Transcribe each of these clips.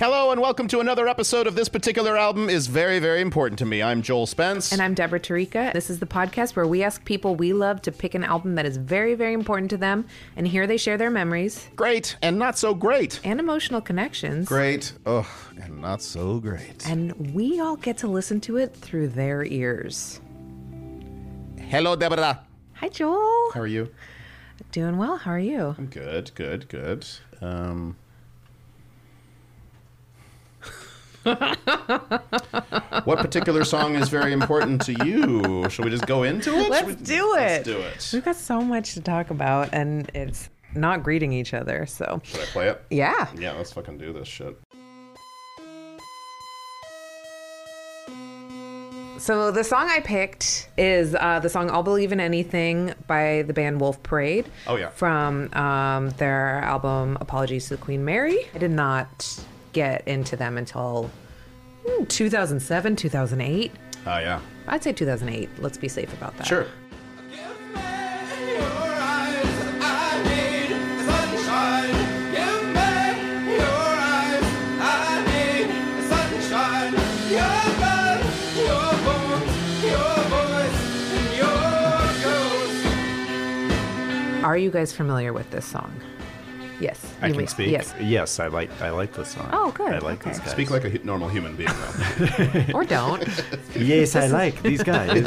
Hello and welcome to another episode of this particular album is very, very important to me. I'm Joel Spence. And I'm Deborah Tarika. This is the podcast where we ask people we love to pick an album that is very, very important to them. And here they share their memories great and not so great. and emotional connections. Great. Oh, and not so great. And we all get to listen to it through their ears. Hello, Deborah. Hi, Joel. How are you? Doing well. How are you? I'm good, good, good. Um. what particular song is very important to you? Shall we just go into it? Let's Should we- do Let's it. do it. We've got so much to talk about, and it's not greeting each other. So, Should I play it? yeah. Yeah, let's fucking do this shit. So the song I picked is uh, the song "I'll Believe in Anything" by the band Wolf Parade. Oh, yeah. from um, their album "Apologies to Queen Mary." I did not get into them until hmm, 2007, 2008. Oh, yeah. I'd say 2008. Let's be safe about that. Sure. Are you guys familiar with this song? Yes. I you can may- speak. Yes. Yes, I like I like the song. Oh, good. I like Okay. these guys. Speak like a hu- normal human being, though. Or don't. yes, I like these guys.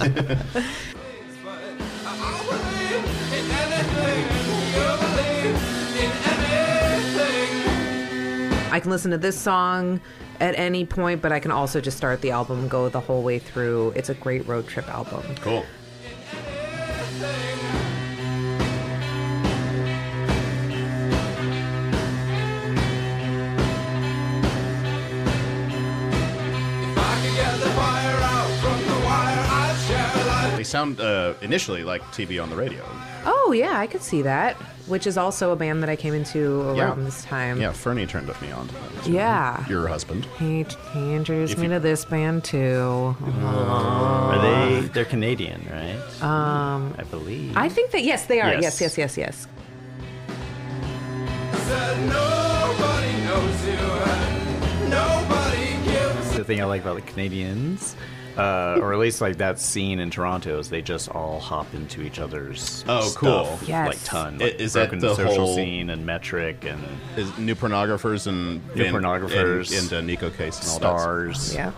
I can listen to this song at any point, but I can also just start the album, go the whole way through. It's a great road trip album. Cool. They sound uh, initially like TV on the radio. Oh yeah, I could see that. Which is also a band that I came into around this time. Yeah, Fernie turned me on to them. Yeah. Your husband. He, he introduced If me you- to this band too. Are they? They're Canadian, right? Um, I believe. I think that yes, they are. Yes, Yes. yes, yes, yes. the thing I like about the Canadians, uh, or at least like that scene in Toronto, is they just all hop into each other's Oh, cool. stuff, Yes. like ton. I- Like is that broken the social whole- scene and metric and Is new pornographers and New pornographers. and, and uh, Nico Case and all that. stars? Yeah.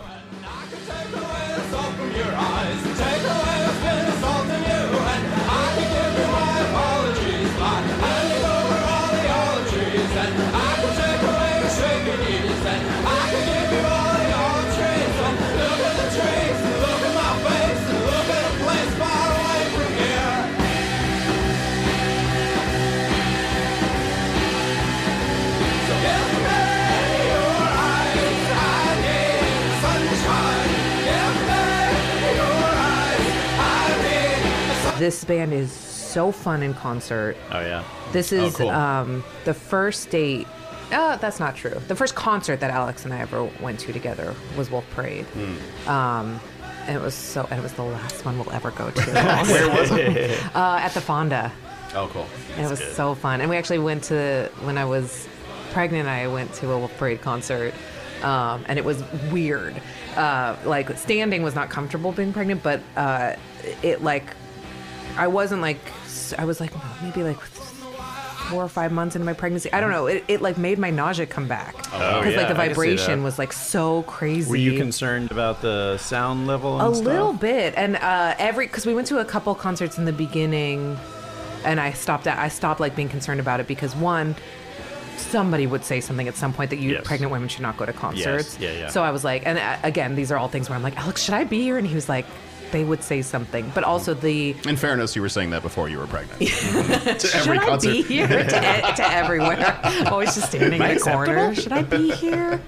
This band is so fun in concert. Oh yeah. This is cool. um, the first date. Uh, that's not true. The first concert that Alex and I ever went to together was Wolf Parade. Um, and it was so. And it was the last one we'll ever go to. Where was it? Uh, at the Fonda. Oh, cool. And it was so fun. And we actually went to when I was pregnant. I went to a Wolf Parade concert, um, and it was weird. Uh, like standing was not comfortable being pregnant, but uh, it like I wasn't like s- I was like maybe like four or five months into my pregnancy. I don't know. It, it like made my nausea come back Mm-hmm. Oh, like the yeah, I can see vibration that. was like so crazy. Were you concerned about the sound level? And a stuff? little bit and uh every because we went to a couple concerts in the beginning and i stopped at i stopped like being concerned about it because one somebody would say something at some point that you Yes. pregnant women should not go to concerts Yeah, yeah. so i was like and uh, again these are all things where i'm like alex should i be here and he was like they would say something but also the In fairness, you were saying that before you were pregnant. to every should I concert. be here to, e- to everywhere? Always just standing in a corner. Should I be here?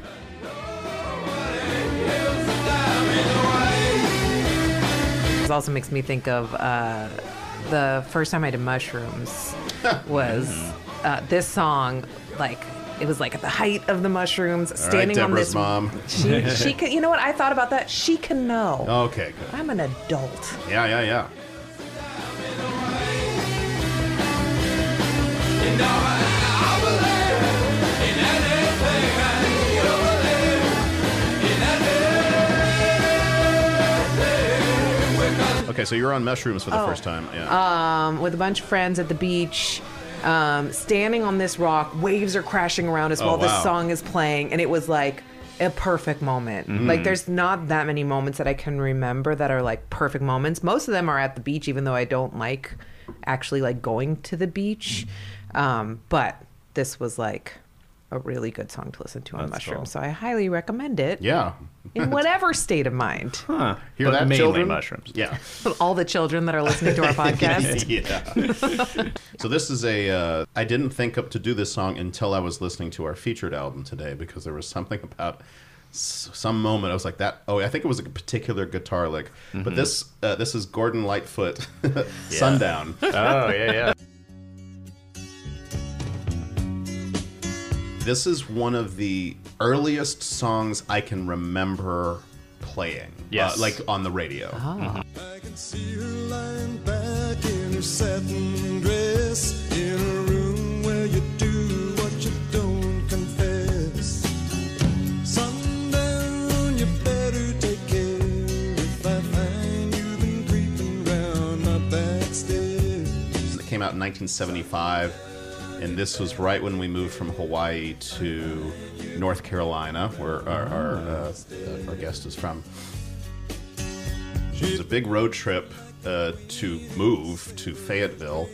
This also makes me think of uh, the first time I did mushrooms was uh, this song, like. It was like at the height of the mushrooms, All right, standing on Deborah's this. mom. Oh. She, she can. You know what? I thought about that. She can know. Okay, good. I'm an adult. Yeah, yeah, yeah. Okay, so you were on mushrooms for the first time. Yeah. um, with a bunch of friends at the beach, um, standing on this rock. Waves are crashing around us Oh, while wow. this song is playing, and it was like a perfect moment. Mm-hmm. Like, there's not that many moments that I can remember that are like perfect moments. Most of them are at the beach, even though I don't like actually like going to the beach. Um, but this was like a really good song to listen to on That's mushrooms, cool. so I highly recommend it. yeah. in whatever state of mind. Huh. Hear but that, mainly children? mushrooms. Yeah. All the children that are listening to our podcast. yeah. so this is a. Uh, I didn't think up to do this song until I was listening to our featured album today because there was something about s- some moment I was like that. Oh, I think it was a particular guitar lick. Mm-hmm. But this uh, this is Gordon Lightfoot, Sundown. Oh yeah, yeah. this is one of the earliest songs I can remember playing. Yes. uh, like on the radio. I can see her lying back in her satin dress in a room where you do what you don't confess. Sundown, you better take care if I find you've been creeping round my back stairs. It came out in 1975, and this was right when we moved from Hawaii to North Carolina, where our, our, uh, uh, our guest is from. It was a big road trip uh, to move to Fayetteville.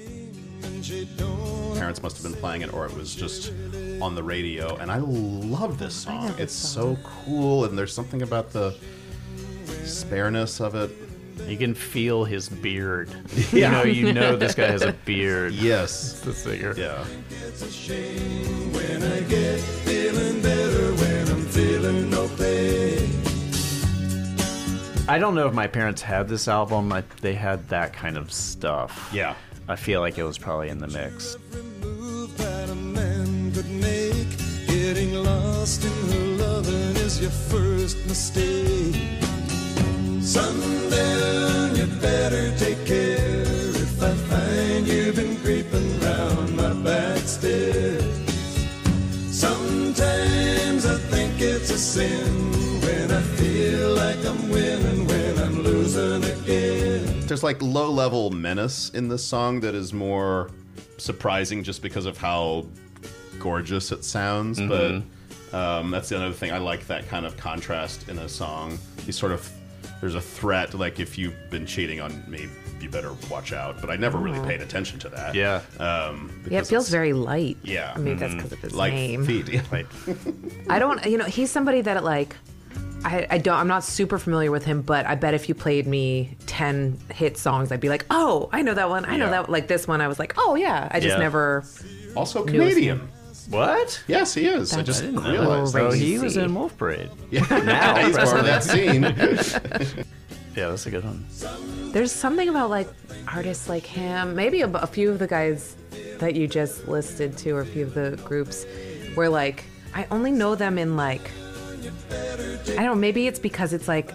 Parents must have been playing it, or it was just on the radio. And I love this song. love this it's so cool, and there's something about the spareness of it. You can feel his beard. You know, you know this guy has a beard. Yes. The singer. Yeah. It's a shame when I get feeling better when I'm feeling no pain. I don't know if my parents had this album. I, they had that kind of stuff. Yeah. I feel like it was probably in the mix. move that a man could make. Getting lost in her loving is your first mistake. Sundown, you better take care. If I find you've been creeping round my back stairs. Sometimes I think it's a sin when I feel like I'm winning when I'm losing again. There's like low level menace in this song that is more surprising just because of how gorgeous it sounds. But um, that's the other thing. I like that kind of contrast in a song. You sort of, there's a threat, like if you've been cheating on me, you better watch out. But I never really paid attention to that. Yeah. Um, Yeah, it because feels it's very light. Yeah. I mean, that's because of his like name. feet. Yeah, like- I don't, you know, he's somebody that like, I, I don't, I'm not super familiar with him, but I bet if you played me 10 hit songs, I'd be like, oh, I know that one. I know Yeah. that one. Like this one, I was like, oh yeah. I just Yeah. never, also Canadian. What? Yes, he is. I That's just cool. realized. So Oh, he was Crazy. in Wolf Parade. Yeah. Now, He's part of that scene. Yeah, that's a good one. there's something about like artists like him, maybe a, a few of the guys that you just listed to, or a few of the groups where like, I only know them in like, I don't know, maybe it's because it's like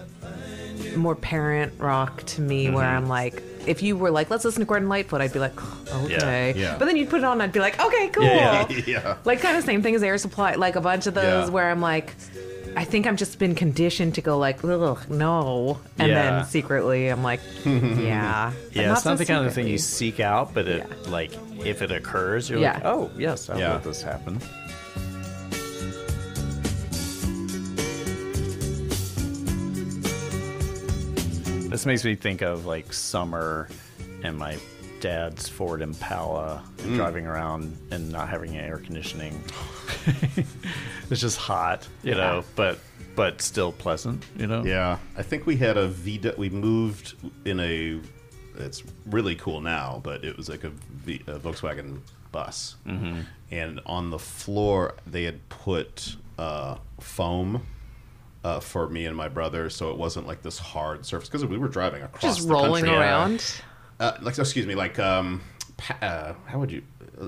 more parent rock to me where Mm-hmm. I'm like, if you were like, let's listen to Gordon Lightfoot, I'd be like, okay. yeah. But then you'd put it on, I'd be like, okay, cool. Yeah, yeah. Like kind of same thing as Air Supply, like a bunch of those Yeah. where I'm like, I think I'm just been conditioned to go like, ugh, no, and Yeah. then secretly I'm like, yeah, But Yeah, it's so not the kind of thing you secretly. seek out, but it Yeah. like if it occurs, you're like, Yeah. oh yes, I'll Yeah. let this happen. This makes me think of like summer and my dad's Ford Impala and driving around and not having air conditioning. it's just hot, you know, but but still pleasant, you know. Yeah, I think we had a VW. We moved in a. It's really cool now, but it was like a, v, a Volkswagen bus, mm-hmm. and on the floor they had put uh, foam. Uh, for me and my brother, so it wasn't like this hard surface because we were driving across just the rolling country. around. Uh, like, excuse me, like um, pa- uh, how would you?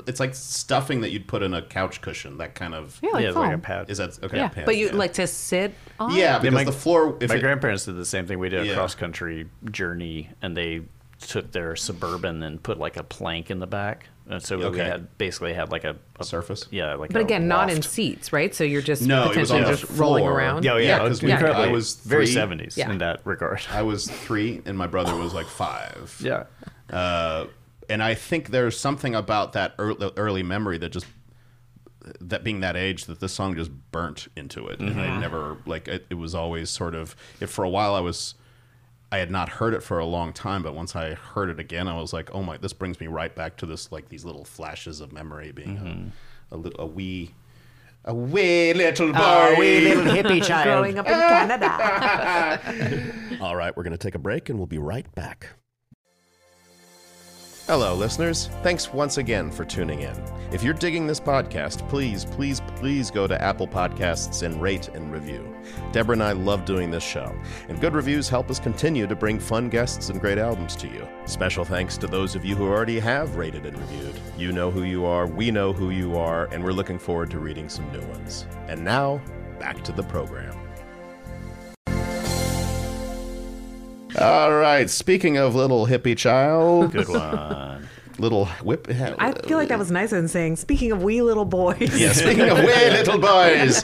It's like stuffing that you'd put in a couch cushion. That kind of Yeah, like Yeah, it's like a foam. pad. is that okay? Yeah, pan- but you yeah. like to sit on. yeah because my- the floor. If my it, grandparents did the same thing. We did a Yeah. cross country journey, and they took their suburban and put like a plank in the back, and so we Okay. had basically had like a, a Surface? Yeah, like. But a again, not in loft. seats, right? So you're just No, it was potentially on the just rolling floor. around. Yeah, yeah, Yeah, 'cause it was we- incredibly- I was very three. seventies Yeah. in that regard. I was three, and my brother was like five. Yeah, Uh, and I think there's something about that ear- the early memory that just that being that age that this song just burnt into it, and I never like it, it was always sort of it for a while. I was I had not heard it for a long time, but once I heard it again, I was like, oh my! This brings me right back to this like these little flashes of memory being a, a little a wee. A wee little boy. hippie Growing up in Canada. All right, we're going to take a break and we'll be right back. Hello, listeners. Thanks once again for tuning in. If you're digging this podcast, please, please, please go to Apple Podcasts and rate and review. Deborah and I love doing this show, and good reviews help us continue to bring fun guests and great albums to you. Special thanks to those of you who already have rated and reviewed. You know who you are, we know who you are, and we're looking forward to reading some new ones. And now, back to the program. All right, speaking of little hippie child, good one. little whip. I feel like that was nicer than saying, speaking of wee little boys. Yeah, speaking of way little boys,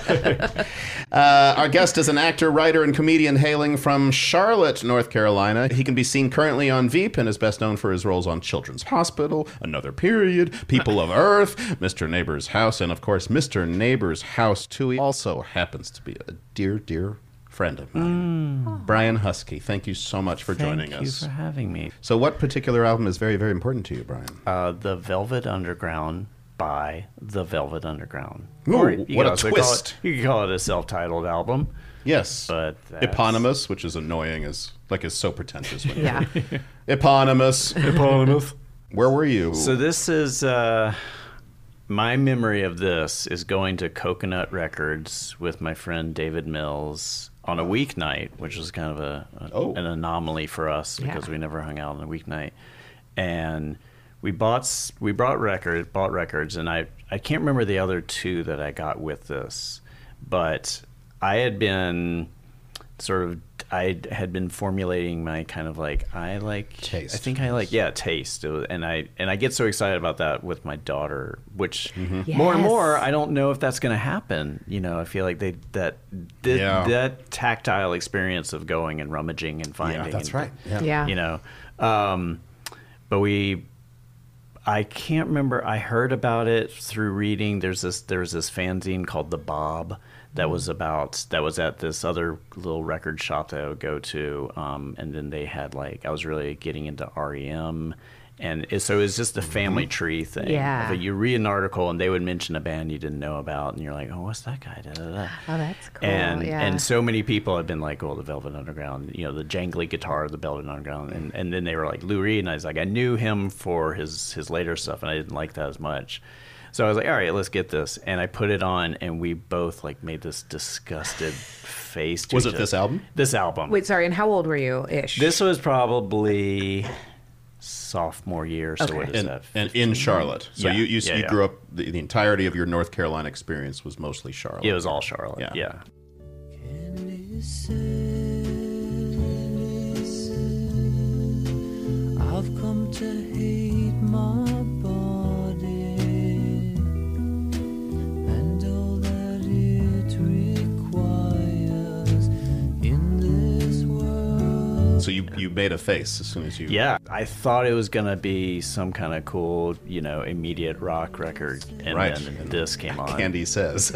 Uh, our guest is an actor, writer, and comedian hailing from Charlotte, North Carolina. He can be seen currently on Veep and is best known for his roles on Children's Hospital, Another Period, People of Earth, Mr. Neighbor's House, and of course, Mr. Neighbor's House, too. He also happens to be a dear, dear friend of mine. Brian Husky, thank you so much for joining Mm. Thank us. you for having me. so, what particular album is very, very important to you, Brian? Uh, the Velvet Underground by the Velvet Underground. Ooh, you what could a also twist. Call it, you could call it a self-titled album. yes. But that's- Eponymous, which is annoying, is like is so pretentious. When Yeah. Eponymous. Eponymous. Where were you? So this is uh, my memory of this is going to Coconut Records with my friend David Mills on a weeknight, which was kind of a, a- Oh. an anomaly for us because Yeah. we never hung out on a weeknight, and we bought s- we brought record bought records, and I I can't remember the other two that I got with this, but I had been sort of I had been formulating my kind of like I like Taste. I think I like yeah taste It was- and I and I get so excited about that with my daughter which Mm-hmm. more and Yes. more I don't know if that's going to happen you know I feel like they that that, Yeah. that tactile experience of going and rummaging and finding yeah, that's and- right. Yeah. Yeah. you know um, but we i can't remember i heard about it through reading there's this there's this fanzine called the bob that Mm-hmm. was about that was at this other little record shop that i would go to um, and then they had like i was really getting into rem and it, so it was just the family tree thing Mm-hmm. Yeah. But you read an article and they would mention a band you didn't know about and you're like oh what's that guy da, da, da. Oh, that's cool. And yeah. and so many people have been like, "Oh, the Velvet Underground," you know, the jangly guitar of the Velvet Underground, and and then they were like Lou Reed, and I was like, I knew him for his his later stuff, and I didn't like that as much. So I was like, all right, let's get this, and I put it on, and we both like made this disgusted face. to Was each it this other. album? This album. Wait, sorry. And how old were you ish? This was probably sophomore year. So what is and, that? and in Charlotte. So Yeah, you you, yeah, you yeah. grew up the, the entirety of your North Carolina experience was mostly Charlotte. it was all Charlotte. Yeah. yeah. I've come to hate my body and all that it requires in this world. So you you made a face as soon as you Yeah, I thought it was gonna be some kind of cool, you know, immediate rock record, and Right. then this came on, Candy says.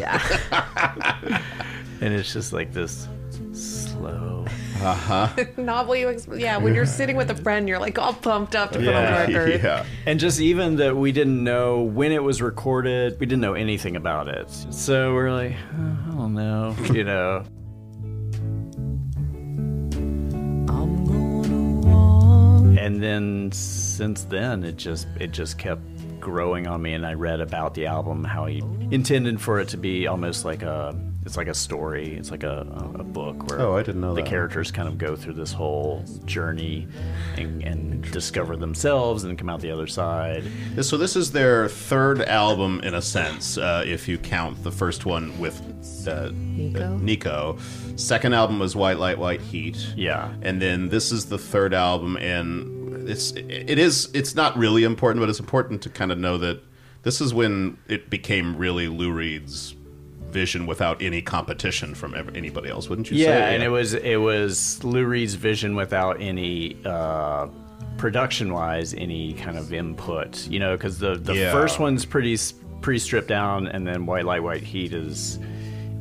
and it's just like this slow. Uh-huh. Not what you expect. Yeah, when you're sitting with a friend, you're like all pumped up to put Yeah. on the record. yeah. And just even that we didn't know when it was recorded, we didn't know anything about it. So we're like, "Uh, I don't know, you know. I'm gonna walk And then since then, it just it just kept growing on me. And I read about the album, how he intended for it to be almost like a it's like a story, it's like a, a- a book where Oh, I didn't know the that. characters kind of go through this whole journey and, and discover themselves and come out the other side. So this is their third album in a sense, uh, if you count the first one with uh, Nico. Nico. Second album was White Light White Heat. Yeah. And then this is the third album and it's it is it's not really important, but it's important to kind of know that this is when it became really Lou Reed's vision without any competition from ever, anybody else, wouldn't you yeah, say? and it was it was Lou Reed's vision without any uh, production-wise any kind of input, you know, because the the Yeah. first one's pretty s- pretty stripped down, and then White Light White Heat is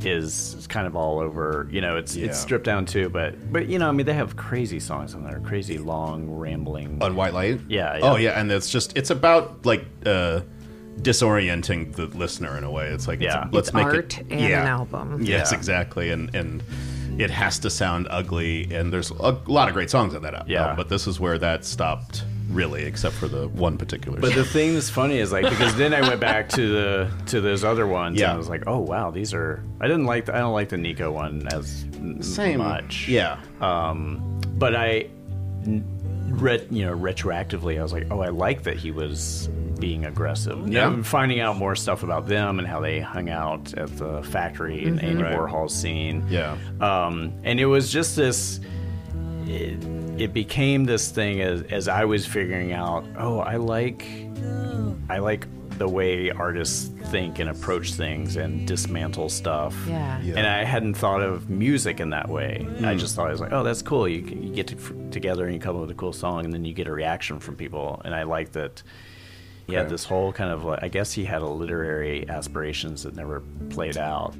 is kind of all over, you know, it's Yeah. it's stripped down too, but but you know, I mean, they have crazy songs on there, crazy long rambling. on White Light. Yeah, yeah. Oh yeah, and it's just it's about like uh, disorienting the listener in a way. It's like it's- Yeah. let's It's make art it and an album. Yes, Yeah. exactly, and and it has to sound ugly. And there's a lot of great songs on that album, Yeah. but this is where that stopped really, except for the one particular. But song. the thing that's funny is like because then I went back to the to those other ones Yeah. and I was like, oh wow, these are I didn't like the, I don't like the Nico one as m- much. yeah. but I n- ret, you know retroactively I was like, oh, I like that he was being aggressive. Yeah. Now, finding out more stuff about them and how they hung out at the factory and Andy Mm-hmm. Right. Warhol's scene. Yeah. um, and it was just this. It, it became this thing as as I was figuring out. Oh, I like, I like the way artists think and approach things and dismantle stuff. Yeah. Yeah. And I hadn't thought of music in that way. Hmm. I just thought it was like, oh, that's cool. You, you get to, f- together and you come up with a cool song, and then you get a reaction from people. And I like that. He had this whole kind of like, I guess he had a literary aspirations that never played out.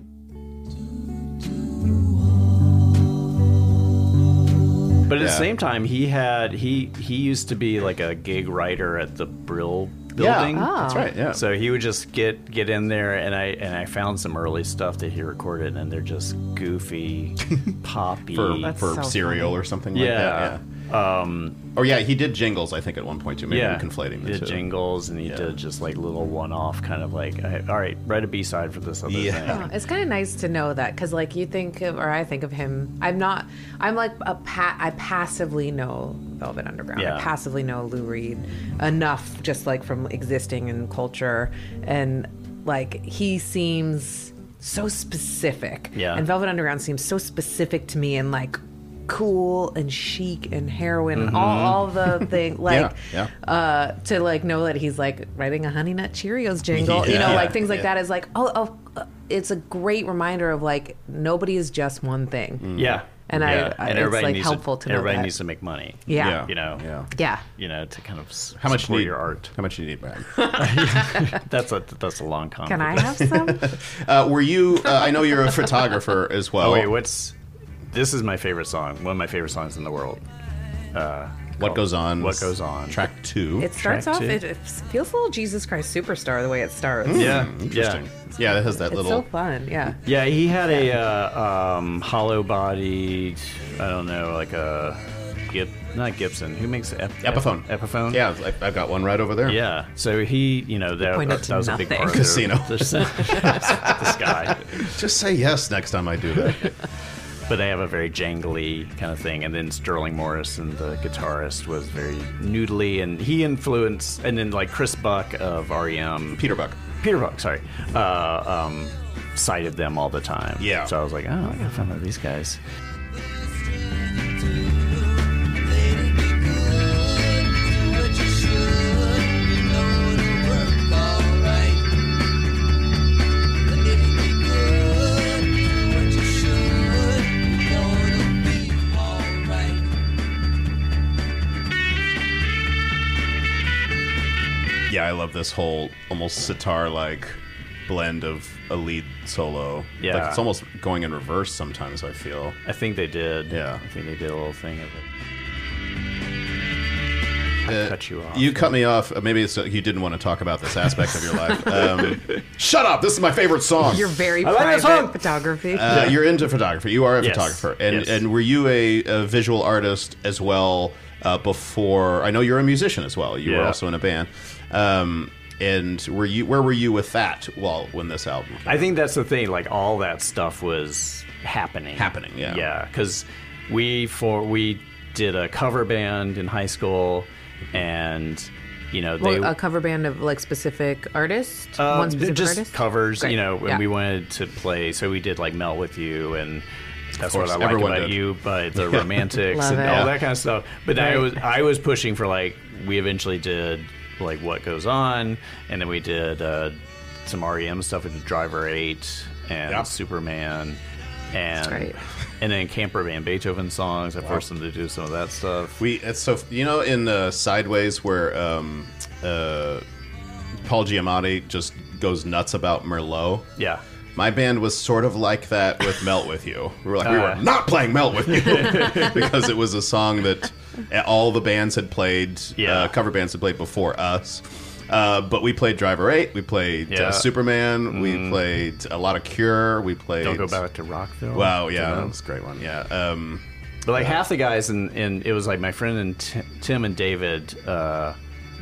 But at the Yeah. same time, he had he he used to be like a gig writer at the Brill Yeah, building. Ah. That's right. Yeah. So he would just get get in there, and I and I found some early stuff that he recorded, and they're just goofy, poppy. for That's for so cereal or something like Yeah. that. Yeah. Um, or yeah, he did jingles. I think at one point too. Maybe yeah, I'm conflating the did two. jingles, and he Yeah. did just like little one-off kind of like, I- all right, write a B-side for this other Yeah. thing. Oh, It's kind of nice to know that because, like, you think of, or I think of him. I'm not. I'm like a pat. I passively know Velvet Underground. Yeah. I passively know Lou Reed enough, just like from existing in culture, and like he seems so specific. Yeah. And Velvet Underground seems so specific to me, and like cool and chic and heroin and all, all the thing like Mm-hmm. yeah. uh to like know that he's like writing a honey nut cheerios jingle you know Yeah. like things like Yeah. that that is like oh, oh uh, it's a great reminder of like nobody is just one thing Yeah. And I- I- it's, like, needs helpful to know everybody that. needs to make money. yeah Yeah. yeah, You know. Yeah. You know to kind of s- How much support need your art. How much you need, Brad? That's a that's a long comment. can i have some Uh, were you? Uh, I know you're a photographer as well. Oh wait, what's this is my favorite song. One of my favorite songs in the world. What goes on? oh, What goes on? Track two. it starts Track off two. it, it feels a little jesus christ superstar the way it starts Yeah, Hmm, Interesting. Yeah, that has that it's little. so fun yeah yeah. He had a uh, um, hollow bodied, I don't know, like a Gib, not Gibson. Who makes ep- ep- Epiphone. Epiphone. Yeah, I, I've got one right over there. Yeah. So he, you know, that, Pointed that, to that was a big nothing. part of their- Casino. their- this guy. Just say yes next time I do that. But they have a very jangly kind of thing. And then Sterling Morrison, the guitarist, was very noodly, and he influenced. And then like Chris Buck of REM, Peter Buck. Peter Buck, sorry, uh, um, cited them all the time. Yeah. So I was like, oh, I gotta find out these guys. Yeah, I love this whole almost sitar-like blend of a lead solo. Yeah. like it's almost going in reverse sometimes. I feel. I think they did. Yeah. I think they did a little thing of it. I cut you off. You cut me off. Uh, Maybe it's, uh, you didn't want to talk about this aspect of your life. Um, shut up! This is my favorite song. your very I like that private song. photography Uh, You're into photography. You are a Yes. photographer, and Yes. and were you a, a visual artist as well uh, before? I know you're a musician as well. You were Yeah. also in a band. Um, and were you? Where were you with that? Well, when this album came? I think that's the thing. Like all that stuff was happening. Happening, yeah. Yeah, because we for we did a cover band in high school, and you know they Well, a cover band of like specific artists Uh, one specific just artist covers, Great. you know, and Yeah. we wanted to play, so we did like Melt With You and That's course, what I like everyone about did. you, but the romantics Love and it. all that kind of stuff. But I Right. was I was pushing for like we eventually did like what goes on, and then we did uh, some REM stuff with Driver Eight and Yeah. Superman, and great. and then Camper Van Beethoven songs. I forced them to do some of that stuff. We it's so you know in uh, Sideways where um, uh, Paul Giamatti just goes nuts about Merlot. yeah, My band was sort of like that with Melt With You. We were like, we were Uh. not playing Melt With You because it was a song that all the bands had played, Yeah. uh, cover bands had played before us. Uh, but we played Driver 8, we played Yeah. Mm. uh, Superman, we played a lot of Cure, we played. don't go back to Rockville. Wow, yeah, You that know? was a great one. Yeah. Um, But like half the guys, and and it was like my friend and Ti- Tim and David uh,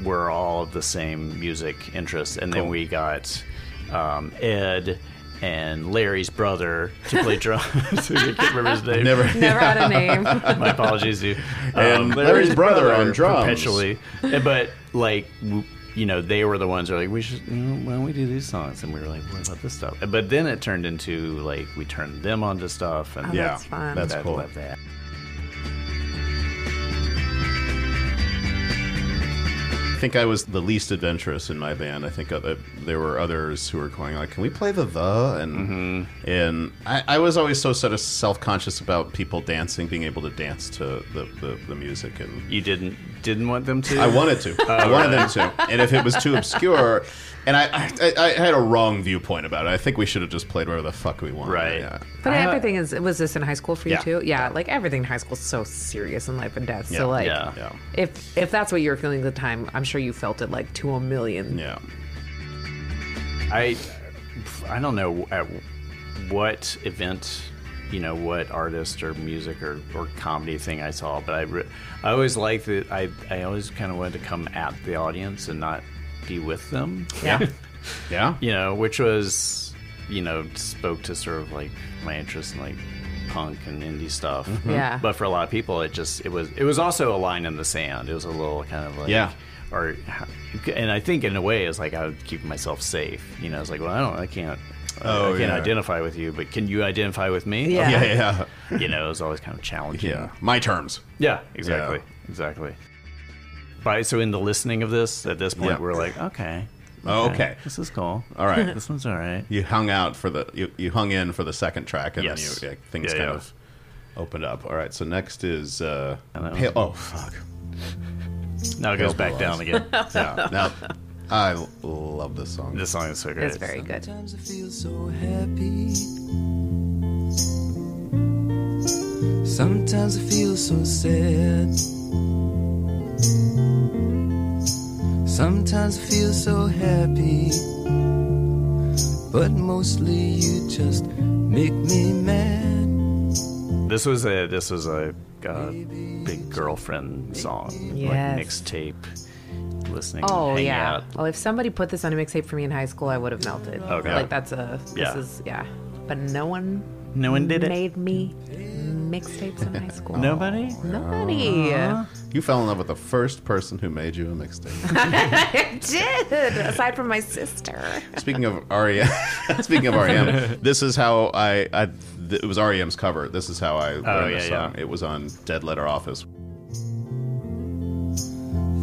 were all of the same music interests, and then we got um, Ed and Larry's brother to play drums. I can't remember his name. never. Never had a name. My apologies to you. Um, And Larry's brother on drums. perpetually. And- But like. w- You know, they were the ones who were like, we should, you know, why don't we do these songs? And we were like, what about this stuff? But then it turned into like, we turned them onto stuff. And yeah, That's fun. that's I cool. love that. I think I was the least adventurous in my band. I think other, there were others who were going like, "Can we play the the?" and and I, I was always so sort of self conscious about people dancing, being able to dance to the, the, the music, and You didn't didn't want them to. I wanted to, I wanted them to, and if it was too obscure, and I, I I had a wrong viewpoint about it. I think we should have just played whatever the fuck we wanted. Right. Yeah. But I have- everything is was this in high school for you Yeah. too? Yeah, like everything in high school is so serious in life and death. Yeah, So like, yeah. Yeah. if if that's what you were feeling at the time, I'm sure you felt it like to a million. Yeah. I I don't know at what event, you know, what artist or music or, or comedy thing I saw, but I re- I always liked that I I always kind of wanted to come at the audience and not be with them. Yeah. Yeah. You know, which was you know spoke to sort of like my interest in like punk and indie stuff. Mm-hmm. Yeah. But for a lot of people, it just it was it was also a line in the sand. It was a little kind of like Yeah. Or and I think in a way it's like I would keep myself safe. You know, it's like well I don't I can't. Oh, I can't yeah. identify with you, but can you identify with me? Yeah. Yeah. Yeah. You know, it was always kind of challenging. Yeah. My terms. Yeah, exactly. Exactly. By so in the listening of this, at this point Yeah. we're like, okay. Oh, okay. This is cool. All right. This one's all right. you hung out for the you, you hung in for the second track and Yes. then you, yeah, things Yeah, kind yeah. of opened up all right so next is uh And that pale, was- oh fuck Now it Pale goes back Blue Eyes. down again. yeah now i l- love this song This song is so great. It's very good. Sometimes I feel so happy. Sometimes I feel so sad. Sometimes I feel so happy. But mostly you just make me mad. This was a this was a uh, big girlfriend song, like Yes. mixtape, listening. Oh hanging yeah. out. Well, if somebody put this on a mixtape for me in high school, I would have melted. Okay. Like that's a this Oh, Yeah. is yeah. But no one No one did it. made me mixtapes in high school. Nobody. Nobody. you fell in love with the first person who made you a mixtape I did. Aside from my sister. speaking of rem speaking of rem this is how i i th- it was rem's cover this is how i learned this Oh, yeah, yeah. song it was on dead letter office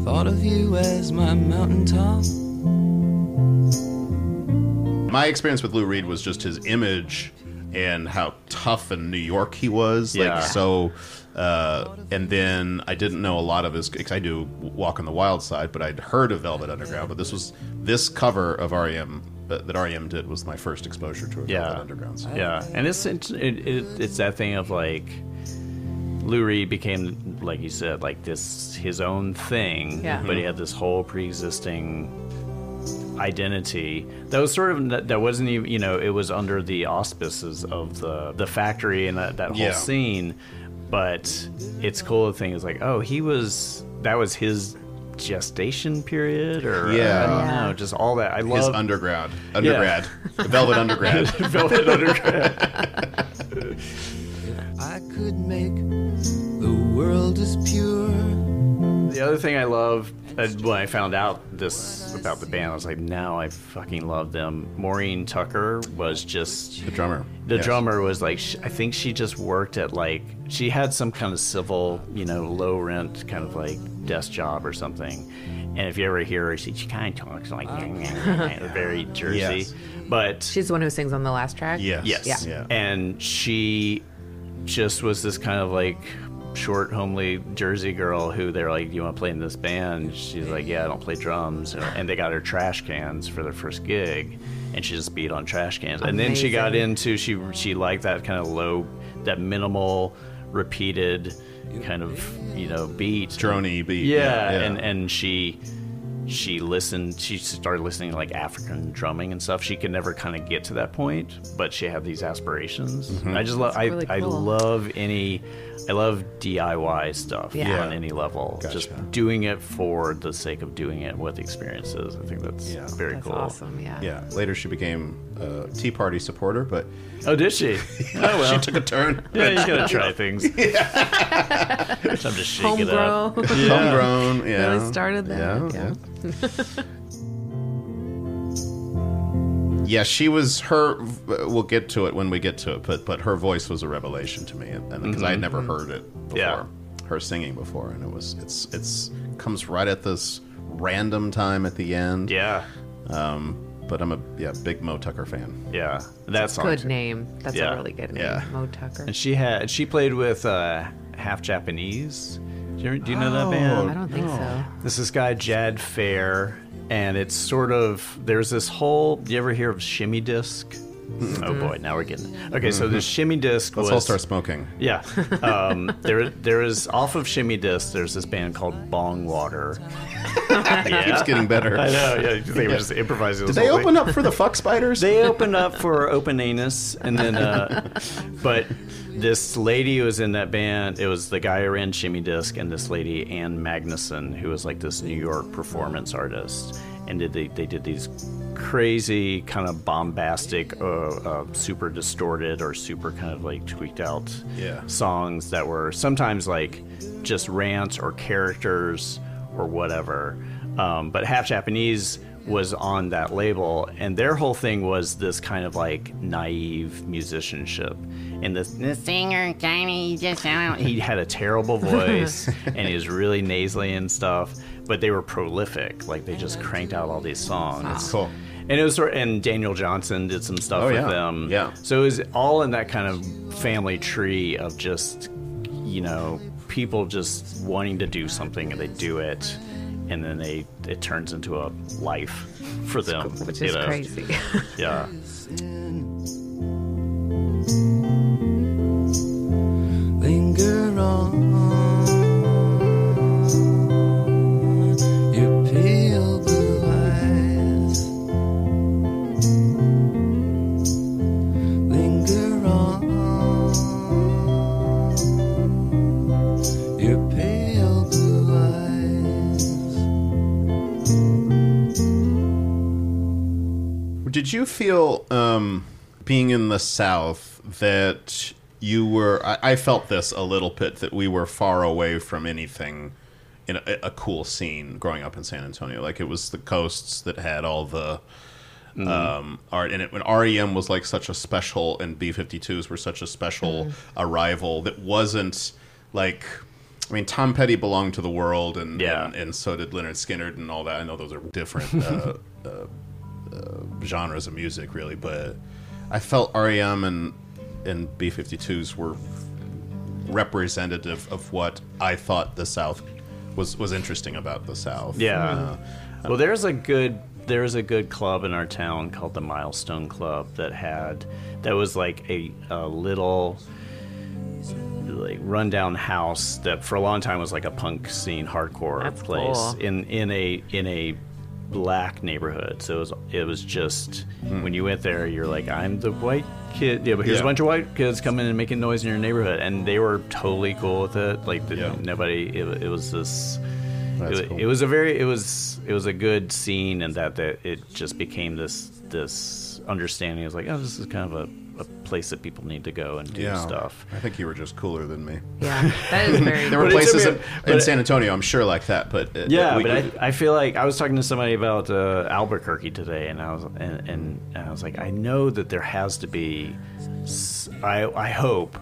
Thought of you as my mountaintop. My experience with Lou Reed was just his image and how tough and New York he was. Yeah. Like so. Uh, and then I didn't know a lot of his. Cause I do Walk on the Wild Side, but I'd heard of Velvet Underground. But this was this cover of REM uh, that, that REM did was my first exposure to a Yeah. Velvet Underground. song. Yeah, and it's it, it, it's that thing of like Lou Reed became like you said like this his own thing, Yeah. but he had this whole pre-existing identity that was sort of that, that wasn't even you know it was under the auspices of the the factory and that, that whole Yeah. scene but it's cool the thing is like oh he was that was his gestation period or i don't Yeah. know just all that i His love undergrad, undergrad, Velvet Undergrad. velvet underground I could make the world as pure. The other thing I love uh, when I found out this about the band, I was like, now I fucking love them. Maureen Tucker was just the drummer. the Yes. drummer was like sh i think she just worked at like she had some kind of civil you know low rent kind of like desk job or something and if you ever hear her she, she kind of talks like very jersey Yes. but She's the one who sings on the last track. Yes. Yes. Yeah. And she just was this kind of like short, homely Jersey girl who they're like, "You want to play in this band?" She's like, "Yeah, I don't play drums." And- And they got her trash cans for their first gig, and she just beat on trash cans. And then she got Amazing. into she she liked that kind of low, that minimal, repeated kind of you know beat Drony beat. yeah, and and she she listened she started listening to like african drumming and stuff she could never kind of get to that point but she had these aspirations Mm-hmm. i just love I, really I cool. love any i love diy stuff Yeah. Yeah. on any level Gotcha. just doing it for the sake of doing it what the experience is i think that's Yeah. very That's cool awesome. Yeah. yeah. Later, she became a Tea Party supporter, but oh did she oh well she took a turn. yeah you gotta try things yeah. time to shake it up Homegrown. Homegrown. Yeah. Really started that. Yeah. Yeah, she was her. We'll get to it when we get to it, but but her voice was a revelation to me, and because I had never heard it before, Mm-hmm. Yeah. her singing before, and it was it's it's comes right at this random time at the end. yeah Um, but I'm a yeah big Mo Tucker fan. yeah that song Good too. name. That's Yeah. a really good name. Yeah. Mo Tucker. And she had she played with uh, half Japanese. Do you, do you know Oh. that I band? don't think so. This is guy Jad Fair, and it's sort of there's this whole. Do you ever hear of shimmy disc? Oh boy, now we're getting. Okay, so the shimmy Let's disc was Mm-hmm. all start smoking. yeah. Um, there, there is off of Shimmy Disc. There's this band called Bong Water. It's yeah. getting better. I know. Yeah, they were just improvising. Did they open up for the fuck spiders? they opened up for open anus and then uh, but this lady was in that band it was the guy who ran shimmy disc and this lady ann magnuson who was like this new york performance artist and did they, they did these crazy kind of bombastic uh, uh, super distorted or super kind of like tweaked out Yeah. songs that were sometimes like just rants or characters or whatever. Um, but Half Japanese was on that label, and their whole thing was this kind of like naive musicianship. And this, The singer, Jamie, he just out. he had a terrible voice, and he was really nasally and stuff. But they were prolific; like they just cranked out all these songs. Cool. And it was sort and Daniel Johnson did some stuff Oh, with yeah. them. Yeah. So it was all in that kind of family tree of just, you know, people just wanting to do something and they do it, and then they it turns into a life for them. Which you is know? crazy. Yeah. linger on your pale blue eyes. Linger on your pale blue eyes. Did you feel um, being in the South that you were? I, I felt this a little bit that we were far away from anything in a, a cool scene growing up in San Antonio. Like it was the coasts that had all the um, art in it. When REM was like such a special, and B 52s were such a special arrival that wasn't like. I mean, Tom Petty belonged to the world, and, Yeah. and and so did Leonard Skinner and all that. I know those are different uh, genres of music, really. But I felt REM and and B 52s were representative of what I thought the South was was interesting about the South. Yeah. Uh, well, there's a good there's a good club in our town called the Milestone Club that had that was like a, a little like rundown house that for a long time was like a punk scene hardcore That's place cool. in in a in a black neighborhood. So it was it was just when you went there, you're like, I'm the white kid. Yeah, but Hmm. here's Yeah. a bunch of white kids coming and making noise in your neighborhood, and they were totally cool with it. Like the, Yeah. nobody. It, wa- it was this That's it, cool. it was a very it was it was a good scene and that, that it just became this this understanding it was like oh this is kind of a, a place that people need to go and do yeah. stuff I think you were just cooler than me. Yeah, that is very. There were But it took places me- in, but in it- San Antonio, I'm sure, like that. But uh, yeah we- but I, I feel like i was talking to somebody about uh, albuquerque today and i was and, and, and i was like i know that there has to be s- i i hope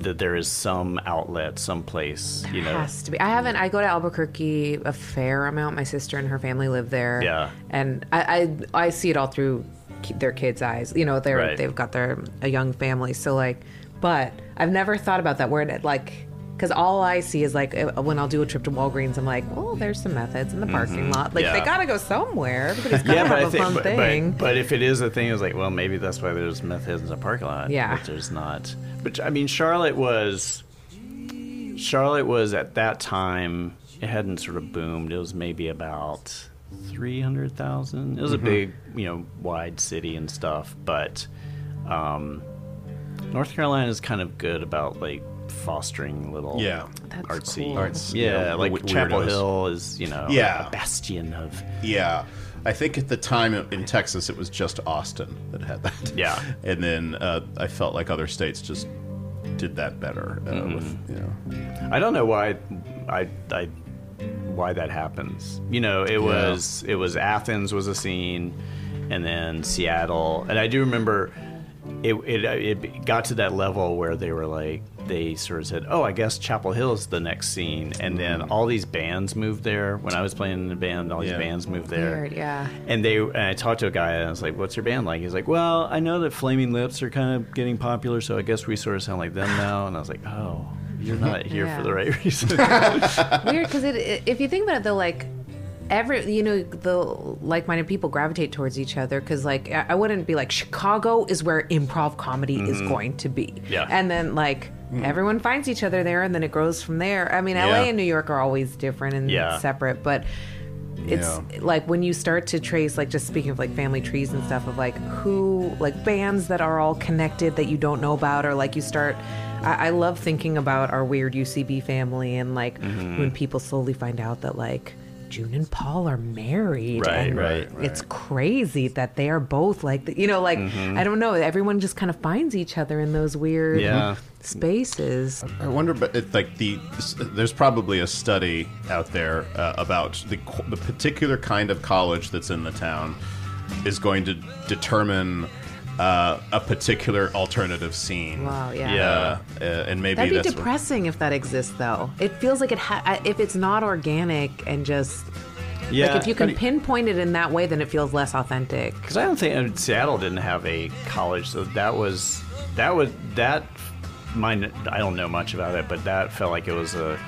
that there is some outlet someplace you know Has to be. I haven't. I go to Albuquerque a fair amount. My sister and her family live there. Yeah. and I I, I see it all through ki- their kids' eyes. You know, they're Right. they've got their a young family. So like, but I've never thought about that word like. Because all I see is like uh, when I'll do a trip to Walgreens, I'm like, oh, there's some methods in the parking lot. Like they Mm-hmm. Yeah. gotta go somewhere. Everybody's gotta yeah, but have I a think, fun but, but- thing. But, if it is a thing, it's like, well, maybe that's why there's meth heads in the parking lot. Yeah. but there's not. But I mean, Charlotte was, Charlotte was at that time. It hadn't sort of boomed. It was maybe about three hundred thousand. It was Mm-hmm. a big, you know, wide city and stuff. But um, North Carolina is kind of good about like fostering little Yeah. artsy cool. Arts, you Yeah, know, like we- Chapel weirdos. Hill is, you know, Yeah. a bastion of Yeah. I think at the time in Texas, it was just Austin that had that. Yeah. And then uh, I felt like other states just did that better. Uh, with, Mm-hmm. you know. I don't know why I I why that happens. You know, it was it was Athens was a scene and then Seattle. And I do remember it, it it got to that level where they were like they sort of said, "Oh, I guess Chapel Hill is the next scene." And then all these bands moved there. When I was playing in a band, all these Yeah. bands moved there. Weird, yeah. And they and I talked to a guy and I was like, "What's your band like?" He's like, "Well, I know that Flaming Lips are kind of getting popular, so I guess we sort of sound like them now." And I was like, "Oh, you're not here Yeah. for the right reason." weird because it, it, if you think about it though like every you know the like-minded people gravitate towards each other because like I, I wouldn't be like chicago is where improv comedy is going to be Mm-hmm. Yeah. and then like everyone finds each other there and then it grows from there i mean la Yeah. and new york are always different and Yeah. separate but it's like when you start to trace like just speaking of like family trees and stuff of like who like bands that are all connected that you don't know about or like you start I, I love thinking about our weird UCB family and like when people slowly find out that like June and Paul are married. Right, and right, It's crazy that they are both like the, you know like I don't know everyone just kind of finds each other in those weird Yeah. spaces. I wonder, but it, like the, there's probably a study out there uh, about the qu- the particular kind of college that's in the town is going to determine uh, a particular alternative scene. Wow, yeah. Yeah, uh, and maybe That'd be that's what- depressing if that exists, though. It feels like it ha- I- if it's not organic and just yeah, like if you can pinpoint it in that way, then it feels less authentic. because I don't think and Seattle didn't have a college, so that was that was that. Mine, I don't know much about it, but that felt like it was a,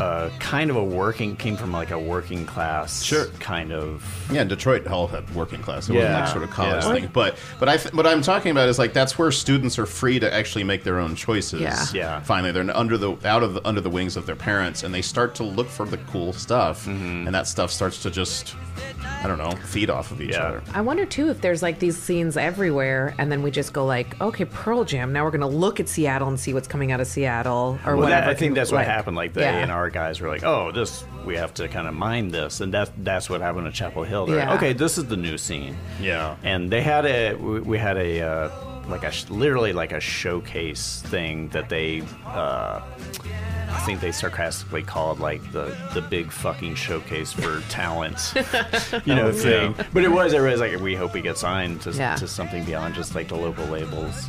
a kind of a working came from like a working class Sure. kind of Yeah, and Detroit all had working class. It wasn't Yeah. like sort of college Yeah. thing. But but I th- what I'm talking about is like that's where students are free to actually make their own choices. Yeah. Yeah. Finally, they're under the out of the, under the wings of their parents, and they start to look for the cool stuff, and that stuff starts to just I don't know feed off of each Yeah. other. I wonder too if there's like these scenes everywhere, and then we just go like, okay, Pearl Jam. Now we're gonna look at Seattle and see what's coming out of Seattle or Well, that- whatever. I think can- that's what happened. Like the yeah. A and R guys were like, "Oh, this we have to kind of mine this," and that's that's what happened at Chapel Hill. They're like, Yeah. okay, this is the new scene. Yeah. and they had a we we had a uh, like a sh- literally like a showcase thing that they. Uh, I think they sarcastically called like the, the big fucking showcase for talent, you know, thing. But it was everybody's like, we hope we get signed to, Yeah. to something beyond just like the local labels.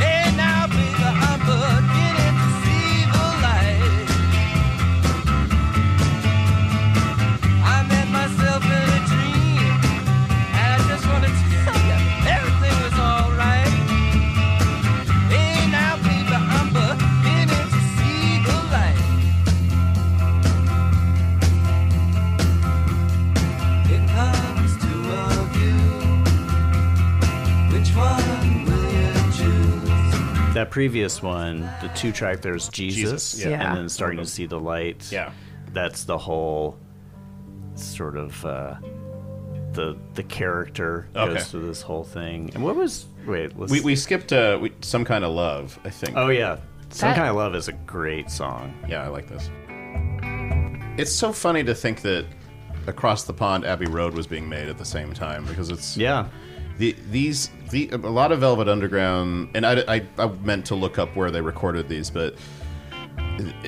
Hey now, baby, I'm beginning to see the light. that previous one, the two track, there's Jesus, Jesus, yeah. Mm-hmm. Yeah. and then starting to see the light. Yeah. that's the whole sort of uh, the the character Okay. goes through this whole thing. And what was wait? Let's, We, we skipped uh, we, some kind of love, I think. oh yeah, some That- kind of love is a great song. Yeah, I like this. It's so funny to think that across the pond, Abbey Road was being made at the same time because it's Yeah, the, these the, a lot of Velvet Underground, and I, I, I meant to look up where they recorded these, but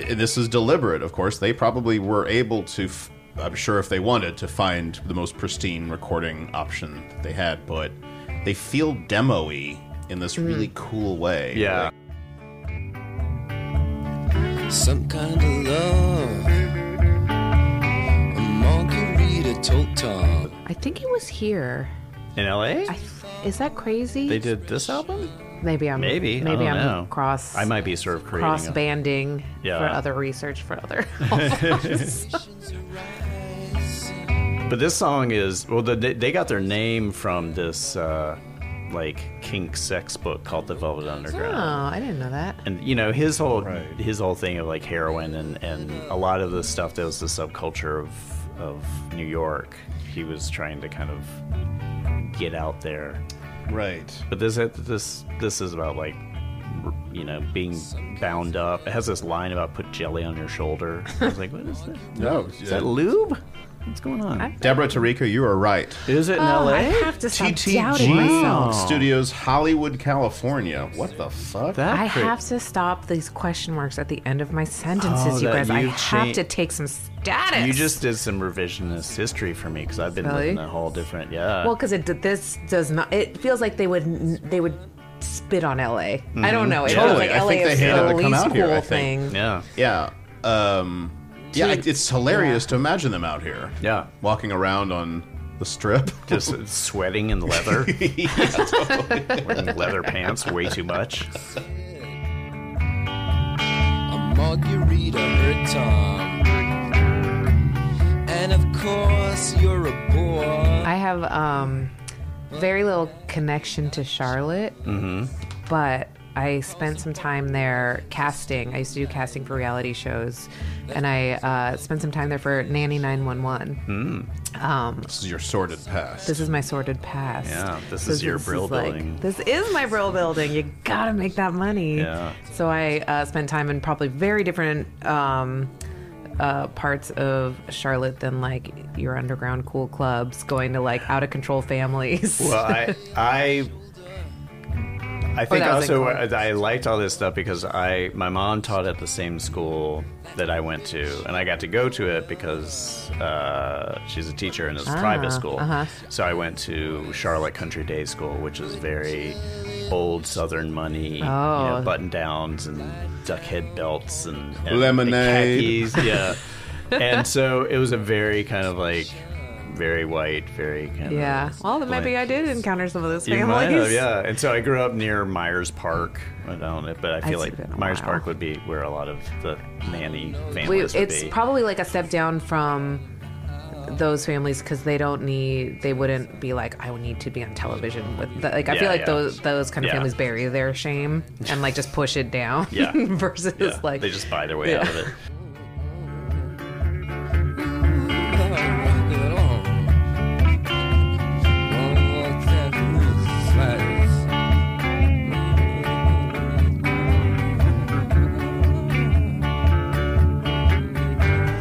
this is deliberate. Of course, they probably were able to. F- I'm sure if they wanted to find the most pristine recording option that they had, but they feel demo-y in this Mm. really cool way. yeah. Like, some kind of love. A margarita total. I think it was here. In L.A., I, is that crazy? they did this album. Maybe I'm Maybe I maybe am don't know. cross I might be sort of creating. cross a- banding Yeah. for other research for other. But this song is well, the, they they got their name from this uh, like kink sex book called The Velvet oh, Underground. I didn't know that. and you know his whole his whole thing of like heroin and and a lot of the stuff that was the subculture of of New York. He was trying to kind of get out there, right. but this this this is about like you know being bound up. It has this line about put jelly on your shoulder. I was like, what is that? No, Is that lube? What's going on? I- Deborah Tarika, you are right. is it in Oh, I L.A.? have to stop doubting Wow. myself. Studios, Hollywood, California. What the fuck? That I cra- have to stop these question marks at the end of my sentences, Oh, you that guys. I you've have changed- to take some status. You just did some revisionist history for me because I've been Really? living a whole different yeah. well because it did- this does not. It feels like they would n- they would spit on LA. I don't know. It feels Mm-hmm. Totally. like I LA think they is hated the to come least out here, cool I think. thing. yeah. Yeah. Um, yeah, it- it's hilarious to imagine them out here. Yeah. Walking around on the strip. just sweating in leather, wearing leather pants way too much. A margarita hurt Tom. And of course, you're a boy. I have um, very little connection to Charlotte, Mm-hmm. but I spent some time there casting. I used to do casting for reality shows, and I uh, spent some time there for Nanny 911. this is your sordid past. This is my sordid past. Yeah, this So is your brill like- building. this is my brill building. You gotta make that money. Yeah. So I uh, spent time in probably very different um, uh, parts of Charlotte than like your underground cool clubs, going to like out of control families. Well, I, I, I think that was also uh, incorrect. I liked all this stuff because I, my mom taught at the same school that I went to, and I got to go to it because uh, she's a teacher and it's a private school. uh-huh. So I went to Charlotte Country Day School, which is very old Southern money, you Oh. know, button downs and duck head belts and, and Lemonade. khakis, yeah. and so it was a very kind of like very white, very kind yeah. of Well, then maybe I bland- did encounter some of those you families. might have, yeah. And so I grew up near Myers Park. I don't know, but I feel That's been a like Myers while. Park would be where a lot of the nanny We- families would it's be. probably like a step down from those families because they don't need they wouldn't be like i would need to be on television with the, like i Yeah, feel like yeah. those those kind of Yeah. families bury their shame and like just push it down Yeah. versus Yeah, like they just buy their way out of it.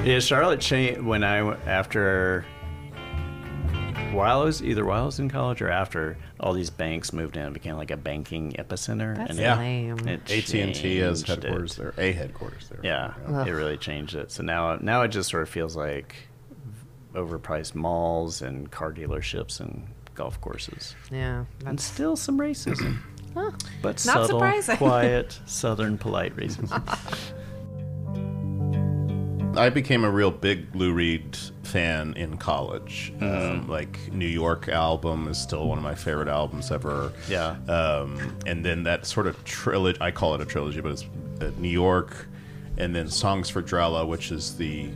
Yeah, Charlotte changed when I w- after while I was either while I was in college or after all these banks moved in, it became like a banking epicenter. That's it- Yeah. lame. it AT&T has changed headquarters it. there. A headquarters there. Yeah, it really changed it. So now now it just sort of feels like overpriced malls and car dealerships and golf courses. yeah, And that's still some racism. But Not subtle, surprising. quiet, southern polite racism. I became a real big Lou Reed fan in college. Mm-hmm. Um, like New York album is still one of my favorite albums ever. Yeah. Um, and then that sort of trilogy, I call it a trilogy, but it's uh, New York, and then Songs for Drella, which is the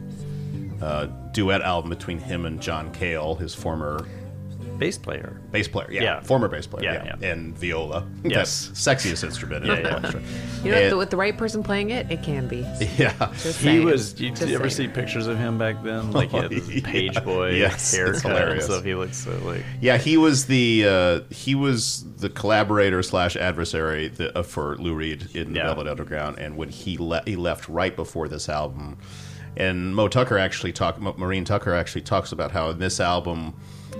uh, duet album between him and John Cale, his former bass player. Bass player, yeah. Yeah. Former bass player, Yeah, yeah. yeah. And viola. Yes. That's sexiest instrument in Yeah, the yeah. orchestra. You know, if And- the, with the right person playing it, it can be. yeah. Just He saying. was. You, did Just you ever see saying. pictures of him back then? Like he had this yeah. page boy Yes, it's haircut and hilarious. stuff. He looks so like. Yeah, he was the uh, he was the collaborator slash adversary the, uh, for Lou Reed in Yeah. Velvet Underground, and when he left, he left right before this album. And Mo Tucker actually talk, Mo- Maureen Tucker actually talks about how in this album,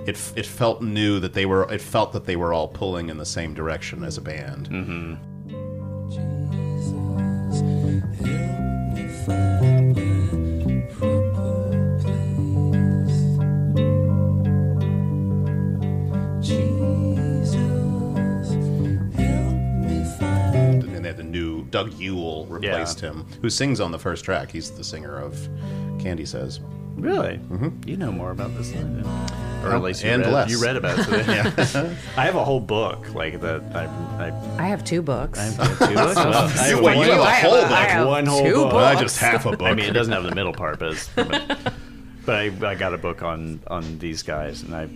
it f- it felt new that they were it felt that they were all pulling in the same direction as a band. Mm-hmm. And they had the new Doug Yule replaced Yeah. him, who sings on the first track. He's the singer of Candy Says. Really? Mm-hmm. You know more about this than I do. Or at least you, and read, less. you read about it today. I have a whole book like that. I, I, I have two books. I have two books. Well, I have Wait, you one, have a I have- whole I book. have one whole two book. books. I just half a book. I mean, it doesn't have the middle part, but, it's, but, but I, I got a book on on these guys, and I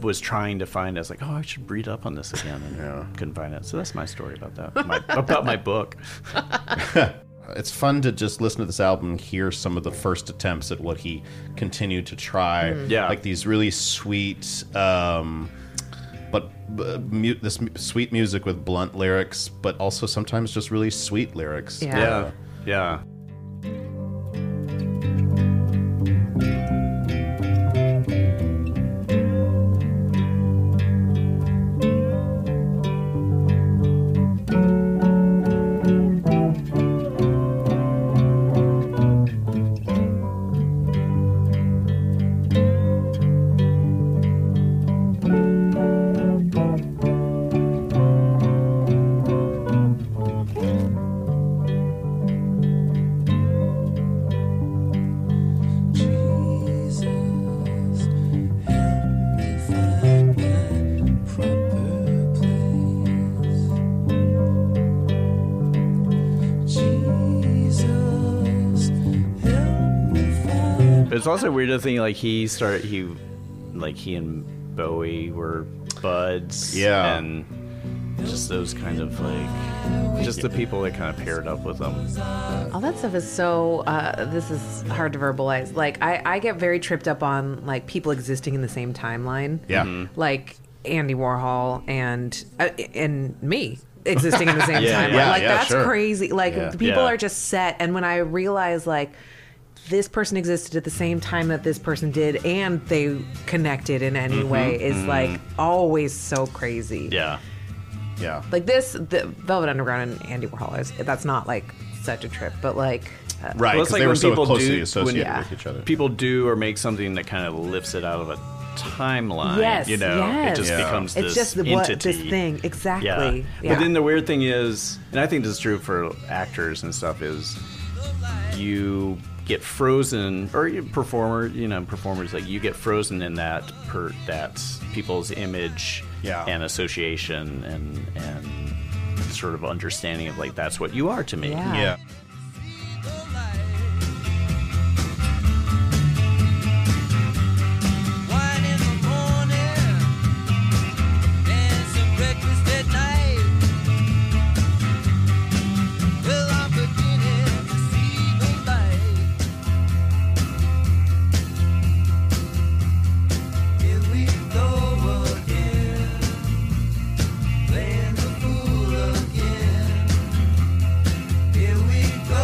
was trying to find. I was like, oh, I should read up on this again, and couldn't find it. So that's my story about that. My, about my book. it's fun to just listen to this album and hear some of the first attempts at what he continued to try. Yeah. Like these really sweet, um, but uh, mu- this m- sweet music with blunt lyrics, but also sometimes just really sweet lyrics. Yeah. Yeah, yeah. But it's also weird to think like he started he, like he and Bowie were buds. Yeah. and just those kind of like, just the people that kind of paired up with them. All that stuff is so. Uh, this is hard to verbalize. Like I, I get very tripped up on like people existing in the same timeline. Yeah. Like Andy Warhol and uh, and me existing in the same Yeah, timeline. yeah, like yeah, that's sure. crazy. Like Yeah. people Yeah. are just set. And when I realize like this person existed at the same time that this person did, and they connected in any way, is like always so crazy. Yeah, Yeah. Like this, the Velvet Underground and Andy Warhol is that's not like such a trip, but like. uh, Right. Well, it's Because like they were when so people closely do- associated when- with each other. people do or make something that kind of lifts it out of a timeline. Yes, you know, yes. it just Yeah. becomes It's this just the entity. what this thing exactly. Yeah. But then the weird thing is, and I think this is true for actors and stuff, is you get frozen or you performer, you know, performers like you get frozen in that per that people's image Yeah. and association and and sort of understanding of like that's what you are to me. Yeah. yeah. Wine in the morning, dancing breakfast at night. Well, I'm beginning to see the light. It leaps over again, playing the fool again. Here we go.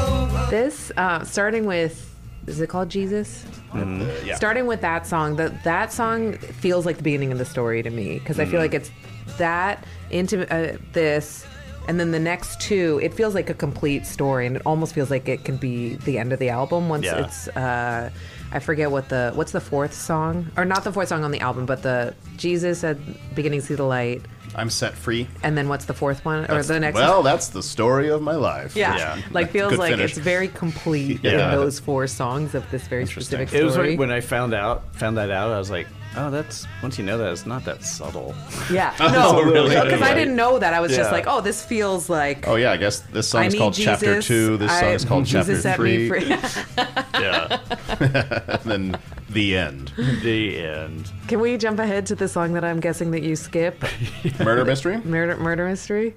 this uh, starting with is it called Jesus? Mm-hmm. Uh, yeah. Starting with that song, that that song feels like the beginning of the story to me because I feel Mm-hmm. like it's that into uh, this, and then the next two. It feels like a complete story, and it almost feels like it could be the end of the album once Yeah. it's. Uh, I forget what the what's the fourth song or not the fourth song on the album, but the Jesus at beginning see the light, I'm set free. and then what's the fourth one or the next? well, that's the story of my life. Yeah. Yeah. Like feels Good like finish. it's very complete Yeah. in those four songs of this very specific story. It was like when I found out found that out, I was like, oh, that's once you know that, it's not that subtle. Yeah. No, really? Because I didn't know that. I was Yeah. just like, oh, this feels like. Oh yeah, I guess this I song's need called Jesus. Chapter Two. This I- song's called Jesus Chapter set Three, me free. yeah, and then the end. the end. Can we jump ahead to the song that I'm guessing that you skip, Murder mystery. Murder Murder Mystery?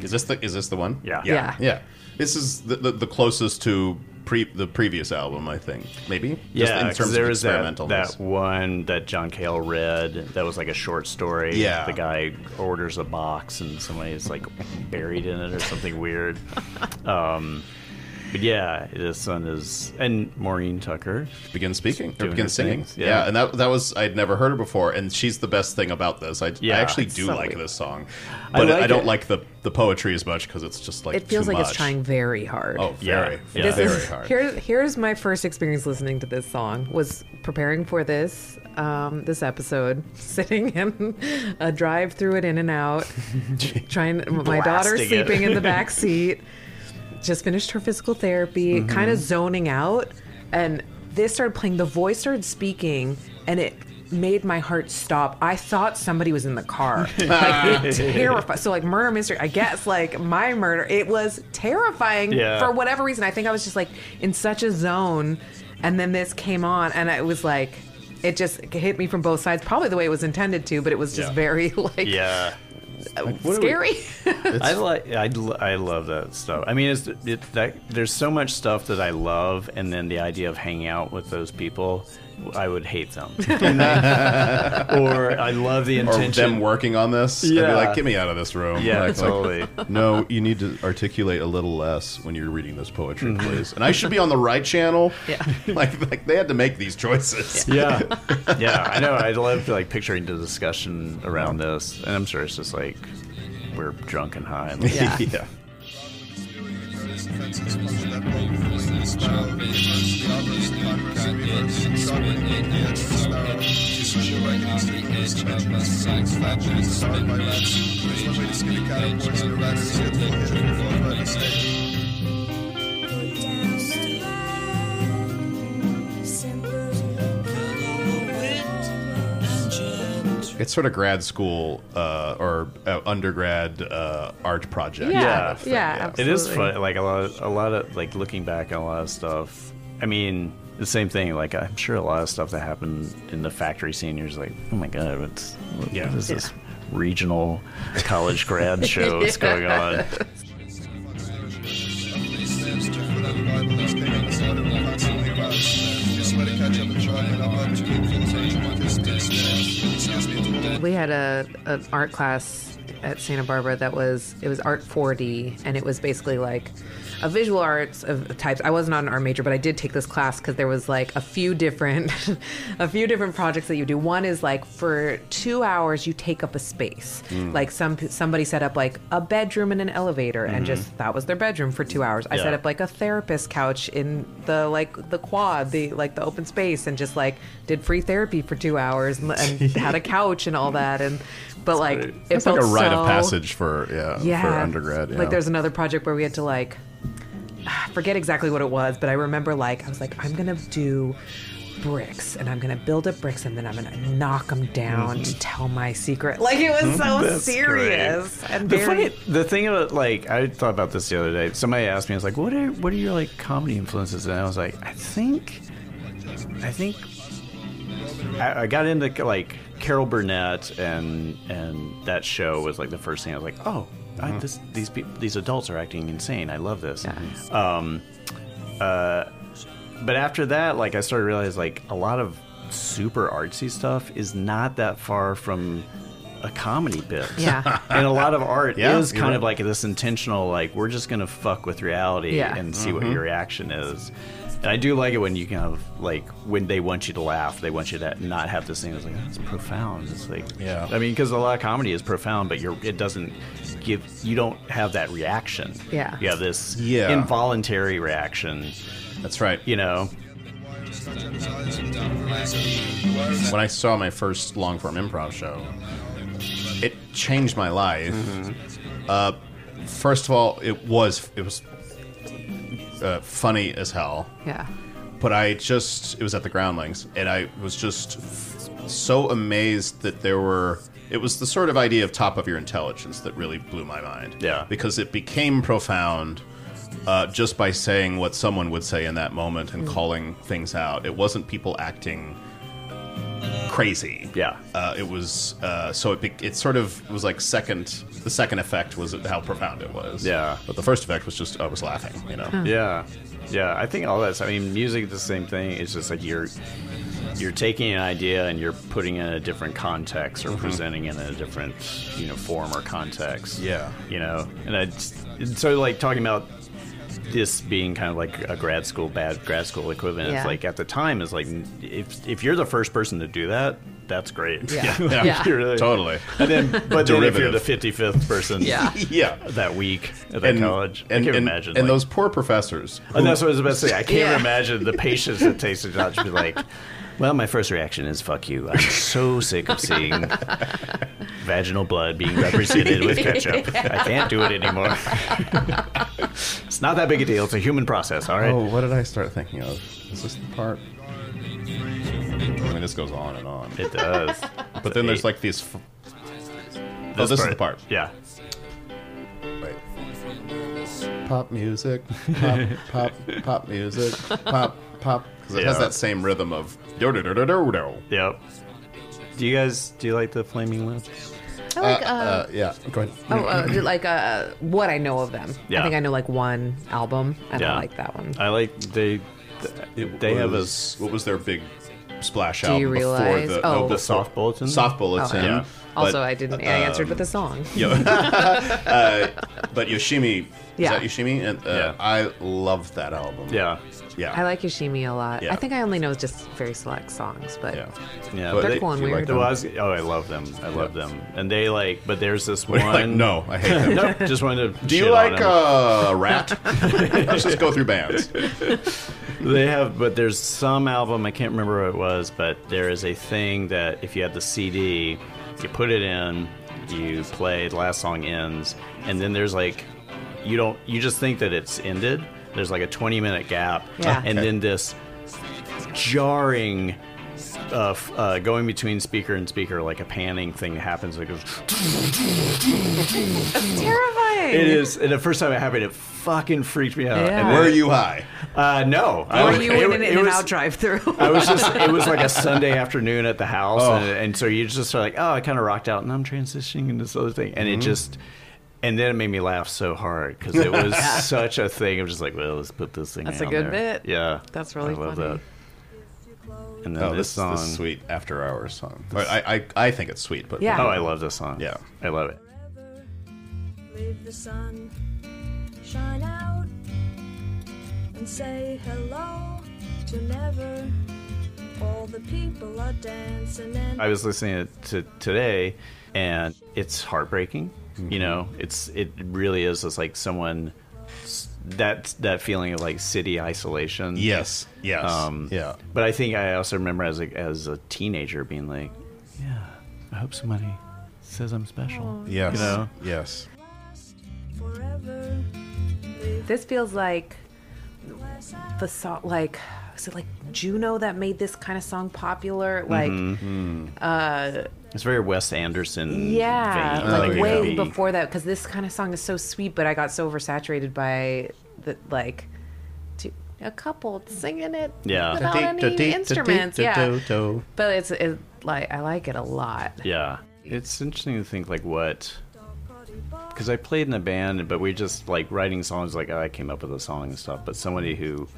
Is this the is this the one? Yeah. Yeah. Yeah. This is the the, the closest to pre the previous album, I think. Maybe. Yeah, Just in 'cause terms there of was that, experimentalness. that one that John Cale read that was like a short story. Yeah. The guy orders a box and somebody's like buried in it or something weird. Um, but yeah, this one is. And Maureen Tucker. begin speaking or Doing begin her singing. things, Yeah. yeah. and that that was I'd never heard her before, and she's the best thing about this. I, Yeah. I actually It's do so like weird. this song, but I, like don't it. like the the poetry as much because it's just like It feels too like it's much. trying very hard. Oh, very, Yeah. very, This is- hard. Here's here's my first experience listening to this song. Was preparing for this um, this episode, sitting in a drive through it in and out, trying. My daughter's Blasting it. sleeping in the back seat. Just finished her physical therapy, Mm-hmm. kind of zoning out, and this started playing. The voice started speaking, and it made my heart stop. I thought somebody was in the car. like it terrified. So like murder mystery. I guess like my murder. It was terrifying Yeah. for whatever reason. I think I was just like in such a zone, and then this came on, and it was like. It just hit me from both sides, probably the way it was intended to, but it was just Yeah. very like Yeah. are we- scary. I like I, l- I love that stuff. I mean, it's it, that there's so much stuff that I love, and then the idea of hanging out with those people, I would hate them. or I love the Or intention. them working on this. I'd be Yeah. like, get me out of this room. yeah, Like, like, totally. no, you need to articulate a little less when you're reading this poetry, please. And I should be on the right channel. Mm-hmm. Yeah. like, like they had to make these choices. yeah, yeah. I know. I love like picturing the discussion around this, and I'm sure it's just like we're drunk and high. And, like, Yeah. yeah. It's sort of grad school uh, or uh, undergrad uh, art project. Yeah, kind of thing, yeah, It is Absolutely. fun. Like a lot, of, a lot of like looking back on a lot of stuff. I mean, the same thing. Like I'm sure a lot of stuff that happened in the factory scene. You're just like, oh my god, what's what, Yeah. what is this regional college grad show that's going on? We had a an art class at Santa Barbara that was it was art 4D and it was basically like a visual arts of types. I was not an art major, but I did take this class because there was like a few different a few different projects that you do. One is like for two hours you take up a space. Like some somebody set up like a bedroom and an elevator and just that was their bedroom for two hours. I set Yeah. up like a therapist couch in the like the quad, the like the open space, and just like did free therapy for two hours and, and had a couch and all that. And but like it It's like a felt rite of so- passage for yeah, Yeah, for undergrad. yeah. Like there's another project where we had to like I forget exactly what it was, but I remember like I was like I'm gonna do bricks and I'm gonna build up bricks and then I'm gonna knock them down to tell my secret. Like it was so That's Oh, serious great. and the, very. funny- the thing about like I thought about this the other day. Somebody asked me, I was like, "What are what are your like comedy influences?" And I was like, "I think, I think." I I got into like Carol Burnett and and that show was like the first thing I was like, oh, I, Mm-hmm. this, these peop these adults are acting insane. I love this. Um, but after that, like I started to realize like a lot of super artsy stuff is not that far from a comedy bit. Yeah. and a lot of art Yeah, is you're kind right. of like this intentional, like we're just gonna fuck with reality Yeah. and see Mm-hmm. what your reaction is. And I do like it when you can have like when they want you to laugh, they want you to not have this thing that's like that's profound. It's like Yeah. I mean, because a lot of comedy is profound, but you're it doesn't give you don't have that reaction. Yeah. you have this Yeah. involuntary reaction. That's right. You know, When I saw my first long form improv show, it changed my life. Mm-hmm. Uh, first of all, it was it was uh, funny as hell. yeah. but I just it was at the Groundlings, and I was just f- so amazed that there were. It was the sort of idea of top of your intelligence that really blew my mind. Yeah. because it became profound. Uh, just by saying what someone would say in that moment and calling things out, it wasn't people acting crazy. Yeah. uh, it was. Uh, so it, be- it sort of was like second. The second effect was how profound it was. Yeah. but the first effect was just I was laughing. You know. Yeah, yeah. I think all that's. I mean, music is the same thing. It's just like you're you're taking an idea and you're putting it in a different context Mm-hmm. or presenting it in a different you know form or context. Yeah. you know. And I just, and so like talking about this being kind of like a grad school bad grad school equivalent. Yeah. It's like at the time is like if if you're the first person to do that, that's great. Yeah. Like, Yeah. you're really- Totally. And then, but then if you're Derivative. the 55th person, Yeah. Yeah. That week at that college, I can imagine. And like- those poor professors. and Oh, that's what I was about to say. I can't Yeah. imagine the patience that takes it out to be like, well, my first reaction is fuck you. I'm so sick of seeing vaginal blood being represented with ketchup. I can't do it anymore. it's not that big a deal. It's a human process, all right? Oh, what did I start thinking of? Is this the part? I mean, this goes on and on. It does. But then there's like these. F- oh, this is the part. Yeah. Pop music, pop, pop, pop music, pop, pop. Because it has Yeah. that same rhythm of do do do do do do. Yep. Do you guys do you like the flaming lips? I Uh, like, uh, uh, yeah, go ahead. oh, uh, did, like uh, what I know of them. I Yeah. think I know like one album, and Yeah. Uh, I like that one. I like they It they have a was- What was their big splash you album before realize- the, oh. no, The before- soft bulletin? Oh, Soft bullets. Okay. yeah. Oh, also, But- I didn't. I uh, answered with a song. Yo, uh, but Yoshimi, is Yeah. that Yoshimi? And, uh, Yeah. I love that album. yeah. yeah. I like Yoshimi a lot. Yeah. I think I only know just very select songs, but Yeah. Yeah. But but they're they- cool and do you like weird. them? Well, I was- oh, I love them. I love Yeah. them. And they like, but there's this But one. you're like, no, I hate them. nope. Just wanted to. Do you shit on like them. uh, Rat? Let's just go through bands. They have, but there's some album I can't remember what it was, but there is a thing that if you had the CD, you put it in, you play, the last song ends, and then there's like, you don't, you just think that it's ended. There's like a 20 minute gap, Yeah. and Okay. then this jarring. Uh, f- uh, going between speaker and speaker, like a panning thing happens. It goes, terrifying. It is. And the first time it happened, it fucking freaked me out. Yeah. And Were you high? uh, no. I Or was- you went in it an was- out drive through. I was just. It was like a Sunday afternoon at the house, Oh. and, and so you just are like, oh, I kind of rocked out, and I'm transitioning into this other thing, and Mm-hmm. it just. And then it made me laugh so hard because it was such a thing. I'm just like, well, let's put this thing. That's a on good there. bit. Yeah, That's really I love funny. that. And then Oh, this, this, song. this is sweet after hours song. Or I, I, I think it's sweet, but Yeah. Oh, I love this song. Yeah. I love it. leave the sun shine out and say hello to never all the people are dancing and I was listening to today, and it's heartbreaking. Mm-hmm. You know, it's it really is. It's like someone that that feeling of like city isolation. Yes. Yes. Um, yeah. But I think I also remember as a, as a teenager being like, yeah, I hope somebody says I'm special. Oh. Yes. You know? Yes. forever This feels like the song, like was it like Juno that made this kind of song popular? Like, Mm-hmm. It's very Wes Anderson. yeah, vein, like it could way be- before that, because this kind of song is so sweet. But I got so oversaturated by the like two, a couple singing it Yeah. without any instruments. Yeah, but it's it, like I like it a lot. Yeah. It's interesting to think like what party bar because I played in a band, but we just like writing songs. Like I came up with a song and stuff. But somebody who,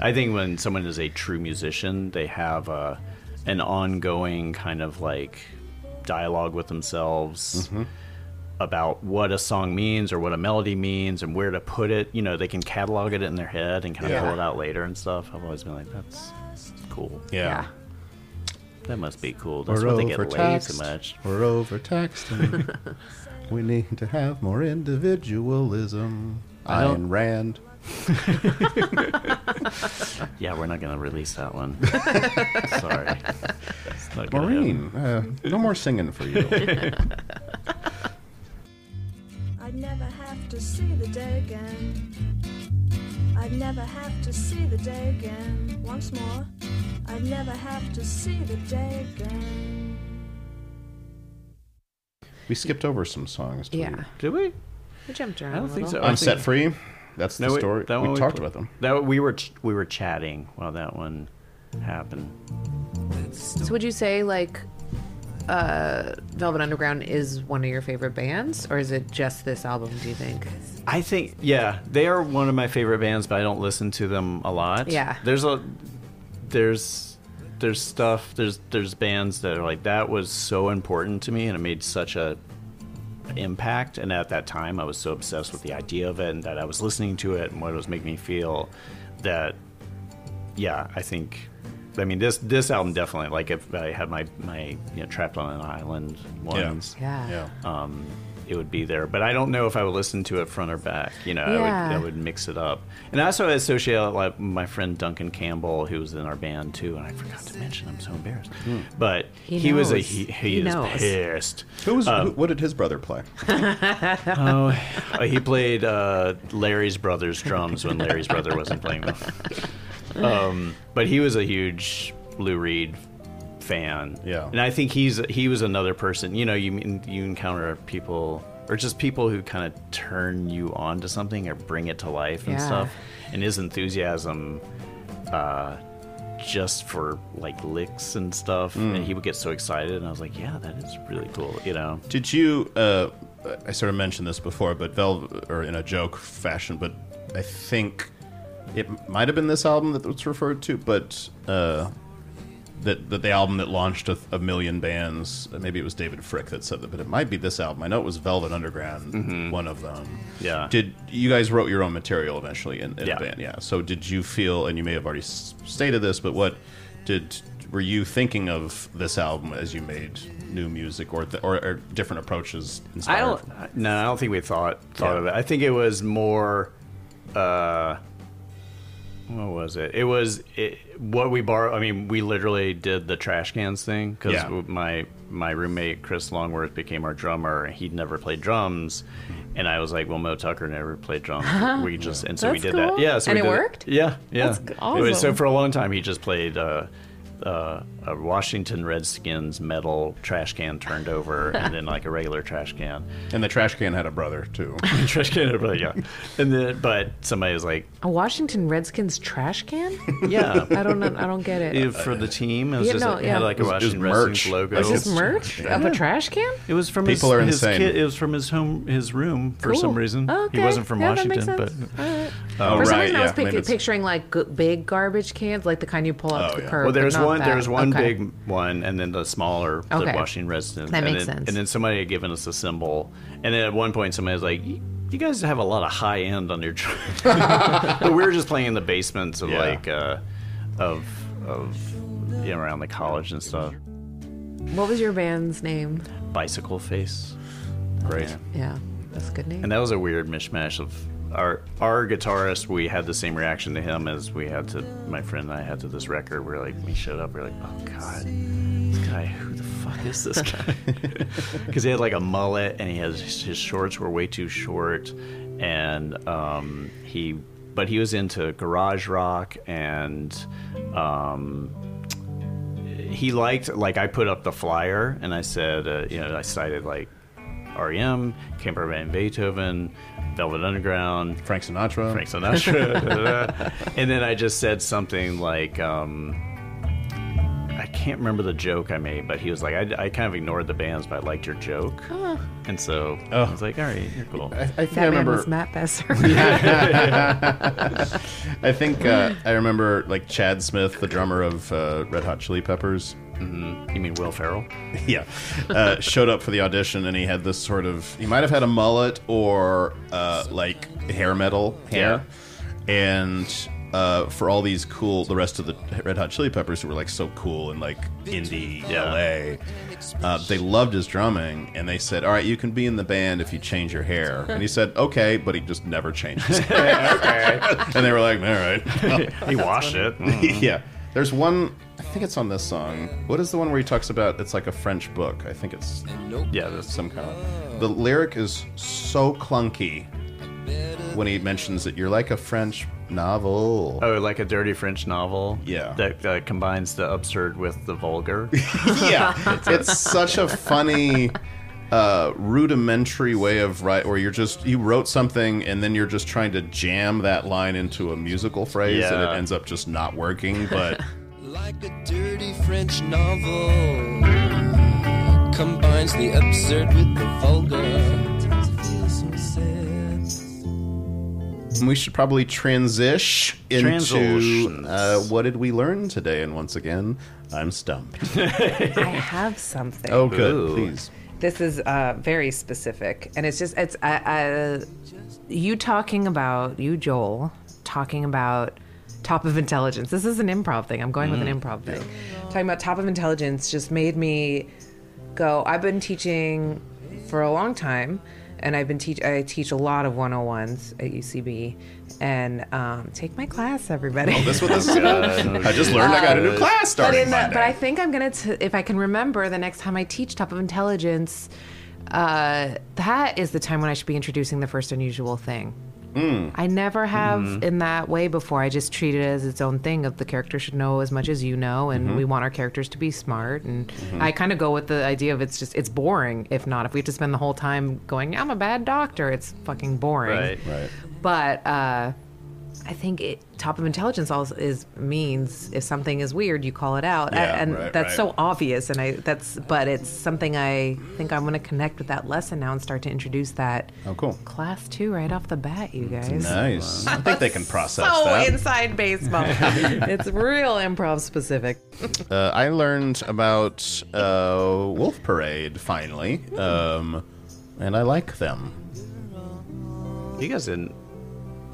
I think, when someone is a true musician, they have a, an ongoing kind of like dialogue with themselves Mm-hmm. about what a song means or what a melody means and where to put it. You know, they can catalog it in their head and kind of Yeah. pull it out later and stuff. I've always been like, that's cool. Yeah. That must be cool. That's why they get laid so much. We're overtaxed. and we need to have more individualism. Ayn Rand. Yeah, we're not gonna release that one. Sorry. It's not gonna happen. Maureen, uh, no more singing for you. I'd never have to see the day again I I'd never have to see the day again. Once more, I'd never have to see the day again. We skipped over some songs. didn't we? Yeah. Did we? We jumped around. I don't a think so. little. I'm I set think- free. That's the wait, story. that we one talked pl- about them. That we were ch- we were chatting while that one happened. So. would you say like uh Velvet Underground is one of your favorite bands or is it just this album do you think? I think yeah, they are one of my favorite bands, but I don't listen to them a lot. Yeah. There's a there's there's stuff there's there's bands that are like that was so important to me and it made such a impact and at that time I was so obsessed with the idea of it and that I was listening to it and what it was making me feel that yeah, I think I mean this this album definitely like if I had my my you know, trapped on an island ones Yeah. Yeah. um, it would be there. But I don't know if I would listen to it front or back. You know, I, Yeah. would, I would mix it up. And I also associate it like my friend Duncan Campbell, who was in our band too, and I forgot to mention. I'm so embarrassed. But he, Hmm. He was a knows. he, he, He is knows. pissed. Who was? Um, who, what did his brother play? Oh, uh, he played uh, Larry's brother's drums when Larry's brother wasn't playing them. Um, but he was a huge Lou Reed fan. Yeah. and I think he's he was another person. You know, you mean- you encounter people or just people who kind of turn you on to something or bring it to life and Yeah. stuff. And his enthusiasm uh, just for like licks and stuff, and he would get so excited. And I was like, yeah, that is really cool. You know. Did you? Uh, I sort of mentioned this before, but Velvet, or in a joke fashion, but I think it might have been this album that was referred to, but uh, that, that the album that launched a, a million bands. uh, Maybe it was David Frick that said that, but it might be this album. I know it was Velvet Underground, one of them. Yeah. Did you guys wrote your own material eventually in, in Yeah. a band? Yeah. So did you feel? And you may have already s- stated this, but what did were you thinking of this album as you made new music or th- or, or different approaches? Inspired I don't. from- No, I don't think we thought thought Yeah. of it. I think it was more. Uh, what was it? It was it, what we borrow. I mean, we literally did the trash cans thing because Yeah. my my roommate Chris Longworth became our drummer. and He'd never played drums, and I was like, "Well, Mo Tucker never played drums. we just and so we That's did that. cool. Yeah, so And we it did worked? Yeah, yeah. That's g- It was- so awesome. for a long time, he just played. Uh, uh, a Washington Redskins metal trash can turned over, and then like a regular trash can. And the trash can had a brother too. Oh, trash can over there, yeah. And then, but somebody was like, A Washington Redskins trash can? yeah, I don't know, I don't get it. it- for the team. It was Yeah, just no, it yeah. had like a It was- it was Russian merch. merch logo. Is this merch of a trash can? It was from People his, are his insane. kid- it was from his home, his room for some Cool. reason. Oh, okay. He wasn't from Yeah, that makes Washington, sense. but All right. Oh, For some reason, I was yeah, maybe pic- it's- picturing like g- big garbage cans, like the kind you pull up Oh, to the yeah. curb. well, but there's not one, that. there's one Okay. big one, and then the smaller, the Okay. Washington Redskins. That and makes then, sense. And then somebody had given us a symbol, and then at one point somebody was like. "You- You guys have a lot of high end on your truck, but we were just playing in the basements of Yeah. like, uh, of of you know, around the college and stuff. What was your band's name? bicycle face. Great. Yeah. Yeah, that's a good name. And that was a weird mishmash of our our guitarist. We had the same reaction to him as we had to my friend and I had to this record. We are like, we showed up. We are like, oh god, this guy. Who the fuck is this guy? Because he had like a mullet and he has his shorts were way too short, and um, he but he was into garage rock and. Um, he liked like I put up the flyer and I said uh, you know I cited like E REM, Camper Van Beethoven, Velvet Underground, Frank Sinatra. Frank Sinatra, da, da, da. and then I just said something like um, I can't remember the joke I made, but he was like I, I kind of ignored the bands, but I liked your joke, and so I was like all right, you're cool. Oh. I, I think that I man remember. was Matt Besser. I think uh, I remember like Chad Smith, the drummer of uh, Red Hot Chili Peppers. Mm-hmm. You mean Will Ferrell? yeah, uh, showed up for the audition and he had this sort of he might have had a mullet or uh, like hair metal hair, and uh, for all these cool the rest of the Red Hot Chili Peppers who were like so cool and like indie LA, uh, they loved his drumming and they said, "All right, you can be in the band if you change your hair." And he said, "Okay," but he just never changed his hair. and they were like, "All right." he washed it. Mm. yeah. There's one. I think it's on this song. What is the one where he talks about? It's like a French book. I think it's Yeah, that's some kind of. The lyric is so clunky when he mentions that you're like a French novel. Oh, like a dirty French novel. Yeah. that uh, combines the absurd with the vulgar. yeah, it's such a funny, uh, rudimentary way of write, where you're just you wrote something and then you're just trying to jam that line into a musical phrase, and Yeah. it ends up just not working. But Like a dirty French novel combines the absurd with the vulgar. we should probably transition into Transitions. uh, what did we learn today? And once again, I'm stumped. I have something. Oh, good, Ooh. please. This is uh, very specific, and it's just it's uh, uh, you talking about you Joel talking about top of intelligence. This is an improv thing. I'm going with an improv thing. Talking about top of intelligence just made me go. I've been teaching for a long time, and I've been teach. I teach a lot of 101s at UCB, and um, take my class, everybody. That's what this is about. I just learned I got a new class But, starting in the, Monday. but I think I'm gonna, t- if I can remember, the next time I teach Top of Intelligence, uh, that is the time when I should be introducing the first unusual thing. I never have in that way before. I just treat it as its own thing. Of the character should know as much as you know, and we want our characters to be smart. And I kind of go with the idea of it's just it's boring. If not, if we have to spend the whole time going, I'm a bad doctor. It's fucking boring Right. right. but uh, I think it, top of intelligence also is means if something is weird, you call it out, A- Yeah, and right, that's right. so obvious. And I that's but it's something I think I'm going to connect with that lesson now and start to introduce that Oh, cool. class two right off the bat, you guys. Nice. I think they can process So that. inside baseball, it's real improv specific. Uh, I learned about uh, Wolf Parade finally, um, and I like them. You guys didn't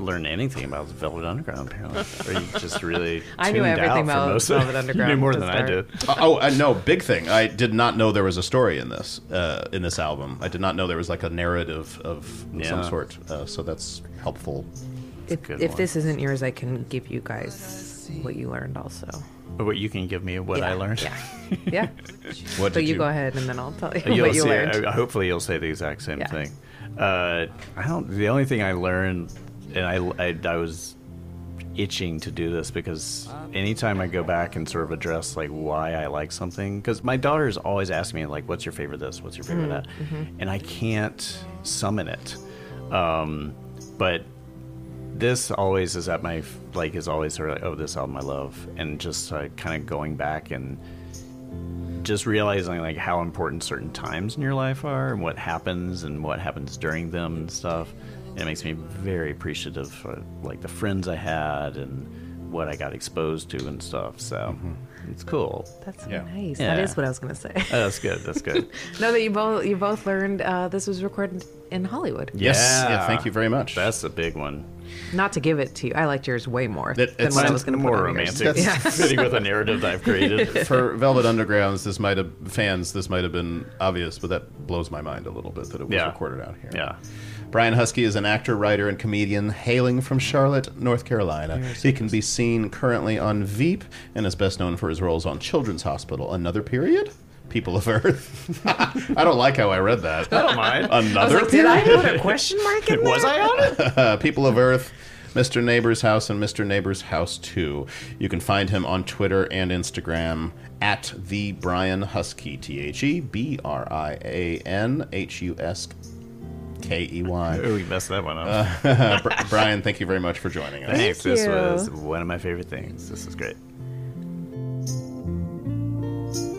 learn anything about the Velvet Underground, apparently. or you just really I knew tuned everything out for about most of- Velvet Underground You knew more to than start. I did. Uh, oh, uh, no! Big thing. I did not know there was a story in this uh, in this album. I did not know there was like a narrative of some Yeah. sort. Uh, so that's helpful. If, good if one. this isn't yours, I can give you guys what you learned also. But what you can give me what Yeah, I learned. Yeah, yeah. What so did you, go ahead, and then I'll tell you You'll what you see- learned. uh, hopefully, you'll say the exact same Yeah. thing. Uh, I don't. The only thing I learned, and I, I, I was itching to do this because anytime I go back and sort of address like why I like something, because my daughter's always asking me like, "What's your favorite this? What's your Mm, favorite that?" mm-hmm. And I can't summon it. Um, but this always is at my f- like is always sort of like, oh, this album I love, and just uh, kind of going back and just realizing like how important certain times in your life are and what happens and what happens during them and stuff and it makes me very appreciative for like the friends i had and what i got exposed to and stuff so Mm-hmm. it's cool That's Yeah. nice. That Yeah. is what I was going to say. Oh, that's good that's good No, that you both you both learned uh, this was recorded in Hollywood. Yes. Yeah, thank you very much. that's a big one Not to give it to you. I liked yours way more That- than it's- what I mine's was going to put more on yours. romantic fitting with a narrative that i've created For Velvet Undergrounds, this might have fans. This might have been obvious, but that blows my mind a little bit that it was Yeah. recorded out here. yeah Brian Husky is an actor, writer, and comedian hailing from Charlotte, North Carolina. He can be seen currently on Veep and is best known for his roles on Children's Hospital, Another Period, People of Earth. I don't like how I read that. don't mind Another Like, did Period, I put a question mark in there? was i on it uh, People of Earth, Mr. Neighbor's House, and Mr. Neighbor's House 2. You can find him on Twitter and Instagram at the Brian Husky, T H E B R I A N H U S K E Y. oh we messed that one up Br- Brian, thank you very much for joining us. Thanks. This Uh, you. was one of my favorite things. This is great.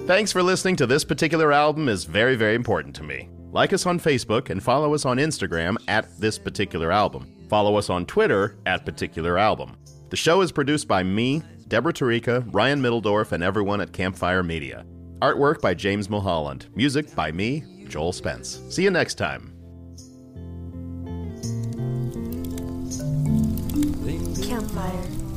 Thanks for listening to this particular album is very, very important to me. Like us on Facebook and follow us on Instagram at this particular album. Follow us on Twitter at particular album. The show is produced by me, Deborah Tarika, Ryan Middledorf, and everyone at Campfire Media. Artwork by James Mulholland. Music by me, Joel Spence. See you next time. Campfire.